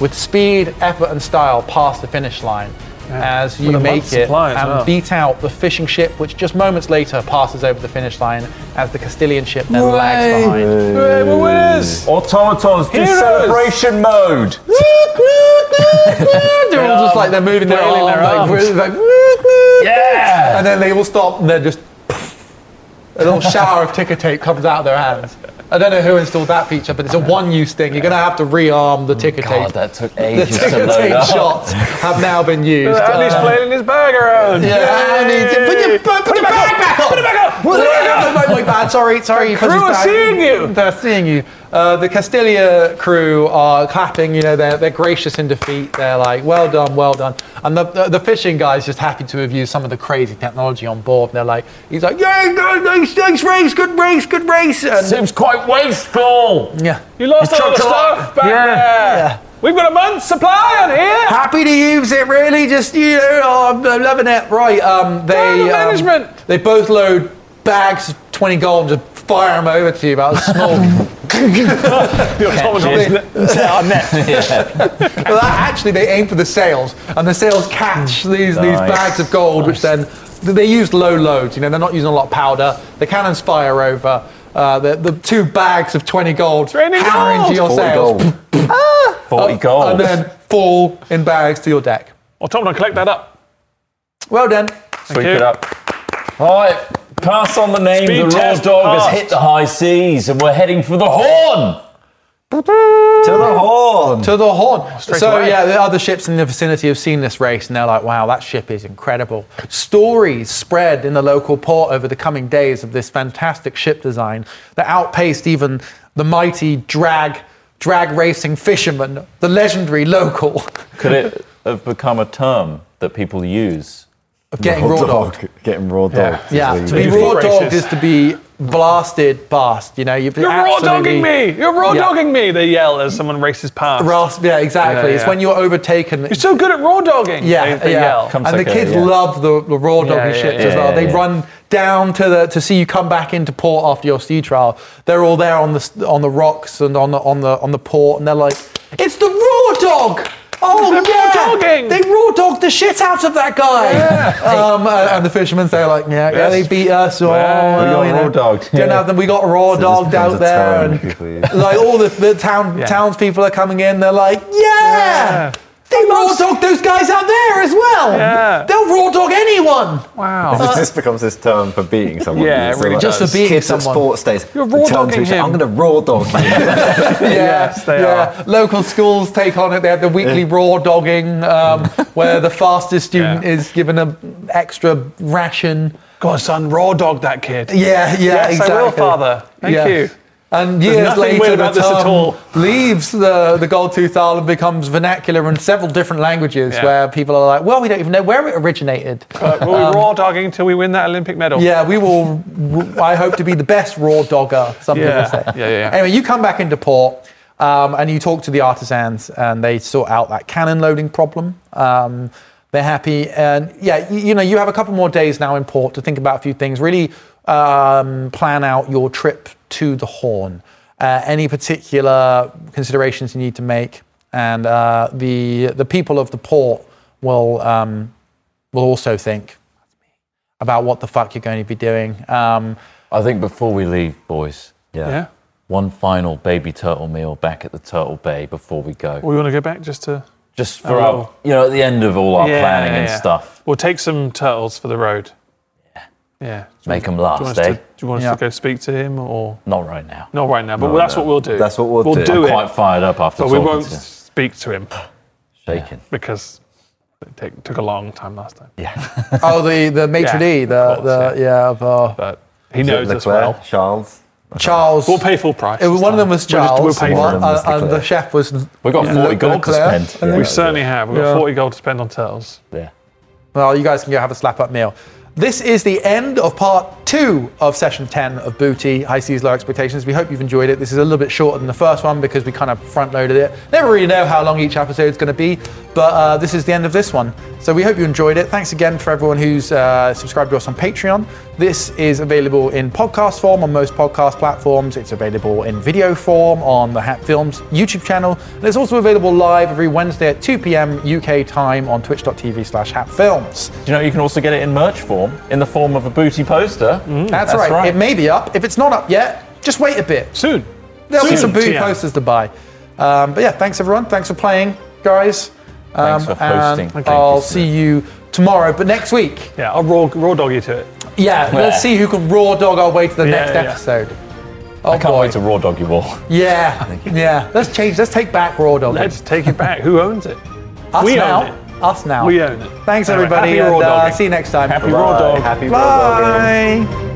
[SPEAKER 1] with speed, effort, and style past the finish line. as you
[SPEAKER 3] a
[SPEAKER 1] make
[SPEAKER 3] month's
[SPEAKER 1] it
[SPEAKER 3] supply as
[SPEAKER 1] and
[SPEAKER 3] well.
[SPEAKER 1] beat out the fishing ship, which just moments later passes over the finish line as the Castilian ship then lags behind.
[SPEAKER 2] Automatons do
[SPEAKER 1] Heroes.
[SPEAKER 2] celebration mode.
[SPEAKER 1] they're all just like they're moving their
[SPEAKER 3] Flailing
[SPEAKER 1] arm,
[SPEAKER 3] their
[SPEAKER 1] like,
[SPEAKER 3] arms.
[SPEAKER 1] really, like, yeah, and then they all stop and they're just a little shower of ticker tape comes out of their hands. I don't know who installed that feature, but it's a one-use thing. You're gonna have to rearm the ticker tape.
[SPEAKER 2] Oh God, that took
[SPEAKER 1] the
[SPEAKER 2] ages to
[SPEAKER 1] ticker
[SPEAKER 2] load
[SPEAKER 1] tape
[SPEAKER 2] up.
[SPEAKER 1] shots have now been used.
[SPEAKER 3] Andy's
[SPEAKER 1] Uh,
[SPEAKER 3] flailing his bag around.
[SPEAKER 1] yeah, Andy, put your, put, your bag back up. Put it back up. my, my bad. Sorry, sorry. The
[SPEAKER 3] crew are seeing you.
[SPEAKER 1] They're seeing you. Uh, the Castilla crew are clapping. You know, they're, they're gracious in defeat. They're like, well done, well done. And the, the, the fishing guy's just happy to have used some of the crazy technology on board. And they're like, he's like, yeah, no, nice, nice race, good race, good race. And
[SPEAKER 2] Seems quite wasteful.
[SPEAKER 1] yeah.
[SPEAKER 3] You lost all the
[SPEAKER 1] chucked a lot.
[SPEAKER 3] stuff back
[SPEAKER 1] Yeah,
[SPEAKER 3] there.
[SPEAKER 1] yeah.
[SPEAKER 3] We've got a month's supply on here.
[SPEAKER 1] happy to use it really just you know oh, i'm I'm loving it right um they
[SPEAKER 3] Down the
[SPEAKER 1] um,
[SPEAKER 3] management.
[SPEAKER 1] they both load bags of 20 gold and just fire them over to you about a small
[SPEAKER 3] The automatons.
[SPEAKER 1] well that, actually they aim for the sails and the sails catch
[SPEAKER 3] Hmm.
[SPEAKER 1] these these
[SPEAKER 2] Nice.
[SPEAKER 1] bags of gold which then they use low loads you know they're not using a lot of powder the cannons fire over uh, the, the two bags of 20 gold
[SPEAKER 3] raining
[SPEAKER 1] hammer into your
[SPEAKER 3] gold.
[SPEAKER 4] 40
[SPEAKER 1] sails
[SPEAKER 4] gold.
[SPEAKER 2] 40 gold.
[SPEAKER 1] and then fall in bags to your deck
[SPEAKER 3] Automaton, collect that up.
[SPEAKER 1] well done
[SPEAKER 2] Sweep
[SPEAKER 3] you.
[SPEAKER 2] it up. All right, pass on the name.
[SPEAKER 3] Speed
[SPEAKER 2] the raw
[SPEAKER 3] test
[SPEAKER 2] dog
[SPEAKER 3] passed.
[SPEAKER 2] has hit the high seas, and we're heading for the horn.
[SPEAKER 4] To the horn.
[SPEAKER 1] to the horn. so
[SPEAKER 3] away.
[SPEAKER 1] yeah, the other ships in the vicinity have seen this race and they're like, "Wow, that ship is incredible." Stories spread in the local port over the coming days of this fantastic ship design that outpaced even the mighty drag drag racing fisherman, the legendary local
[SPEAKER 2] Could it have become a term that people use?
[SPEAKER 1] of getting raw dogged.
[SPEAKER 4] Getting raw dog.
[SPEAKER 1] Yeah, to be
[SPEAKER 3] you
[SPEAKER 1] raw
[SPEAKER 3] think
[SPEAKER 1] dogged
[SPEAKER 3] racist.
[SPEAKER 1] is to be blasted past. You know, you've been
[SPEAKER 3] You're raw dogging
[SPEAKER 1] absolutely-
[SPEAKER 3] me. You're raw
[SPEAKER 1] Yeah.
[SPEAKER 3] dogging me. They yell as someone races past.
[SPEAKER 1] Rasp- yeah, exactly.
[SPEAKER 3] Yeah,
[SPEAKER 1] It's
[SPEAKER 3] yeah.
[SPEAKER 1] when you're overtaken.
[SPEAKER 3] You're so good at raw dogging.
[SPEAKER 1] Yeah,
[SPEAKER 3] they, they
[SPEAKER 1] yeah.
[SPEAKER 3] yell.
[SPEAKER 2] Come-
[SPEAKER 1] and the
[SPEAKER 2] second,
[SPEAKER 1] kids
[SPEAKER 2] yeah.
[SPEAKER 1] love the, the raw dogging
[SPEAKER 3] yeah,
[SPEAKER 1] ships
[SPEAKER 3] yeah,
[SPEAKER 1] as well.
[SPEAKER 2] yeah,
[SPEAKER 1] they
[SPEAKER 2] yeah.
[SPEAKER 1] run down to the to see you come back into port after your sea trial. They're all there on the s- on the rocks and on the on the on the port, and they're like, "It's the raw dog." Oh,
[SPEAKER 3] It's the raw
[SPEAKER 1] yeah.
[SPEAKER 3] dogging."
[SPEAKER 1] They raw dogged the shit out of that guy. Um, and, and the fishermen say like, yeah, yeah, they beat us. Oh,
[SPEAKER 2] we
[SPEAKER 1] well,
[SPEAKER 2] got
[SPEAKER 1] you
[SPEAKER 2] raw
[SPEAKER 1] know,
[SPEAKER 2] dogged.
[SPEAKER 1] Don't have them. We got raw dogged out there, and like all the, the town townspeople are coming in. They're like, yeah,
[SPEAKER 3] Yeah.
[SPEAKER 1] they raw dog those guys out there as well.
[SPEAKER 3] Yeah.
[SPEAKER 1] They'll raw dog anyone.
[SPEAKER 3] Wow.
[SPEAKER 4] This, this becomes this term for beating someone.
[SPEAKER 3] Yeah, it
[SPEAKER 4] It's
[SPEAKER 3] really
[SPEAKER 4] like,
[SPEAKER 1] Just for being
[SPEAKER 4] kids
[SPEAKER 1] someone.
[SPEAKER 4] at sports days.
[SPEAKER 3] You're raw
[SPEAKER 4] they turn to
[SPEAKER 3] dogging
[SPEAKER 4] each other,
[SPEAKER 3] him.
[SPEAKER 4] I'm going to raw dog you.
[SPEAKER 3] Yes, they
[SPEAKER 1] yeah. Local schools take on it. They have the weekly raw dogging, um, where the fastest student
[SPEAKER 3] Yeah.
[SPEAKER 1] is given an extra ration.
[SPEAKER 3] Go on, son. Raw dog that kid.
[SPEAKER 1] Yeah, yeah,
[SPEAKER 3] Yes,
[SPEAKER 1] exactly.
[SPEAKER 3] I will, father. Thank
[SPEAKER 1] Yeah.
[SPEAKER 3] you.
[SPEAKER 1] And years
[SPEAKER 3] nothing
[SPEAKER 1] later,
[SPEAKER 3] weird
[SPEAKER 1] the
[SPEAKER 3] about this at
[SPEAKER 1] term
[SPEAKER 3] all.
[SPEAKER 1] leaves the, the Gold Tooth Island, becomes vernacular in several different languages
[SPEAKER 3] Yeah. Oh.
[SPEAKER 1] where people are like, well, we don't even know where it originated.
[SPEAKER 3] But we'll be raw dogging until we win that Olympic medal.
[SPEAKER 1] Um, Yeah, we will. w- I hope to be the best raw dogger. Some
[SPEAKER 3] Yeah.
[SPEAKER 1] people say.
[SPEAKER 3] Yeah, yeah, yeah.
[SPEAKER 1] Anyway, you come back into port um, and you talk to the artisans, and they sort out that cannon loading problem. Um, they're happy, and yeah, y- you, know, you have a couple more days now in port to think about a few things. Really um, plan out your trip to the Horn. Uh, any particular considerations you need to make, and uh, the the people of the port will um, will also think about what the fuck you're going to be doing. Um,
[SPEAKER 2] I think before we leave, boys,
[SPEAKER 3] Yeah.
[SPEAKER 2] one final baby turtle meal back at the Turtle Bay before we go.
[SPEAKER 3] We want to go back just to.
[SPEAKER 2] Just for
[SPEAKER 3] Oh.
[SPEAKER 2] our, you know, at the end of all our
[SPEAKER 3] Yeah,
[SPEAKER 2] planning and
[SPEAKER 3] yeah.
[SPEAKER 2] stuff,
[SPEAKER 3] We'll take some turtles for the road. Yeah. Yeah.
[SPEAKER 2] make them
[SPEAKER 3] Do you want
[SPEAKER 2] last,
[SPEAKER 3] us,
[SPEAKER 2] eh?
[SPEAKER 3] to, do you want us
[SPEAKER 1] Yeah.
[SPEAKER 3] to go speak to him or
[SPEAKER 2] Not right now.
[SPEAKER 3] not right now? But that's what we'll do.
[SPEAKER 4] That's what we'll
[SPEAKER 3] we'll
[SPEAKER 4] do.
[SPEAKER 3] do.
[SPEAKER 4] I'm
[SPEAKER 3] it,
[SPEAKER 2] Quite fired up after
[SPEAKER 3] but we
[SPEAKER 2] talking
[SPEAKER 3] won't
[SPEAKER 2] to you.
[SPEAKER 3] speak to him
[SPEAKER 2] Shaking.
[SPEAKER 3] because it take, took a long time last time.
[SPEAKER 1] oh, the the maitre d,
[SPEAKER 3] Yeah,
[SPEAKER 1] the,
[SPEAKER 3] of
[SPEAKER 1] the
[SPEAKER 3] course,
[SPEAKER 1] yeah, of, uh,
[SPEAKER 3] But he knows us well.
[SPEAKER 4] Charles.
[SPEAKER 1] Charles.
[SPEAKER 3] We'll pay full price.
[SPEAKER 1] It was-
[SPEAKER 3] this
[SPEAKER 1] one of them
[SPEAKER 3] time.
[SPEAKER 1] was
[SPEAKER 3] We'll just-
[SPEAKER 1] Charles,
[SPEAKER 3] We'll, pay
[SPEAKER 1] one-
[SPEAKER 3] for
[SPEAKER 4] them.
[SPEAKER 3] it.
[SPEAKER 1] uh,
[SPEAKER 4] Mr.
[SPEAKER 1] and the
[SPEAKER 4] Clare.
[SPEAKER 1] chef was
[SPEAKER 2] We got 40 gold to
[SPEAKER 1] Claire.
[SPEAKER 2] spend. Yeah.
[SPEAKER 3] We certainly have. We've got 40 gold to spend on turtles.
[SPEAKER 2] Yeah.
[SPEAKER 1] well. You guys can go have a slap up meal. This is the end of part two of session 10 of Booty High Seas, Low Expectations. We hope you've enjoyed it. This is a little bit shorter than the first one because we kind of front loaded it. Never really know how long each episode is going to be, but uh, this is the end of this one. So we hope you enjoyed it. Thanks again for everyone who's uh, subscribed to us on Patreon. This is available in podcast form on most podcast platforms. It's available in video form on the Hat Films YouTube channel. And it's also available live every Wednesday at 2 p.m. UK time on twitch.tv slash hatfilms.
[SPEAKER 2] Do you know you can also get it in merch form, in the form of a booty poster?
[SPEAKER 3] Mm.
[SPEAKER 1] That's, right. It may be up. If it's not up yet, just wait a bit.
[SPEAKER 3] Soon.
[SPEAKER 1] There'll be
[SPEAKER 3] Soon,
[SPEAKER 1] some booty
[SPEAKER 3] TM.
[SPEAKER 1] posters to buy. Um, but yeah, thanks everyone. Thanks for playing, guys. Um,
[SPEAKER 2] Thanks for hosting.
[SPEAKER 1] and
[SPEAKER 2] Thank you,
[SPEAKER 1] I'll
[SPEAKER 2] Stuart.
[SPEAKER 1] see you tomorrow, but next week.
[SPEAKER 3] Yeah, I'll raw, raw dog you to it.
[SPEAKER 1] Yeah, let's see who can raw dog our way to the next
[SPEAKER 3] yeah, yeah.
[SPEAKER 1] episode. Oh,
[SPEAKER 2] I can't
[SPEAKER 1] boy.
[SPEAKER 2] wait to raw dog you all.
[SPEAKER 1] Yeah, yeah. Let's change. Let's take back raw dog.
[SPEAKER 3] Let's take it back. Who owns it?
[SPEAKER 1] Us
[SPEAKER 3] we
[SPEAKER 1] now.
[SPEAKER 3] own it.
[SPEAKER 1] Us now.
[SPEAKER 3] We own it.
[SPEAKER 1] Thanks
[SPEAKER 3] Anyway,
[SPEAKER 1] everybody,
[SPEAKER 3] happy raw
[SPEAKER 1] and uh,
[SPEAKER 3] dogging.
[SPEAKER 1] see you next time.
[SPEAKER 3] Happy raw dog.
[SPEAKER 4] Happy World Dog Day.
[SPEAKER 1] Bye.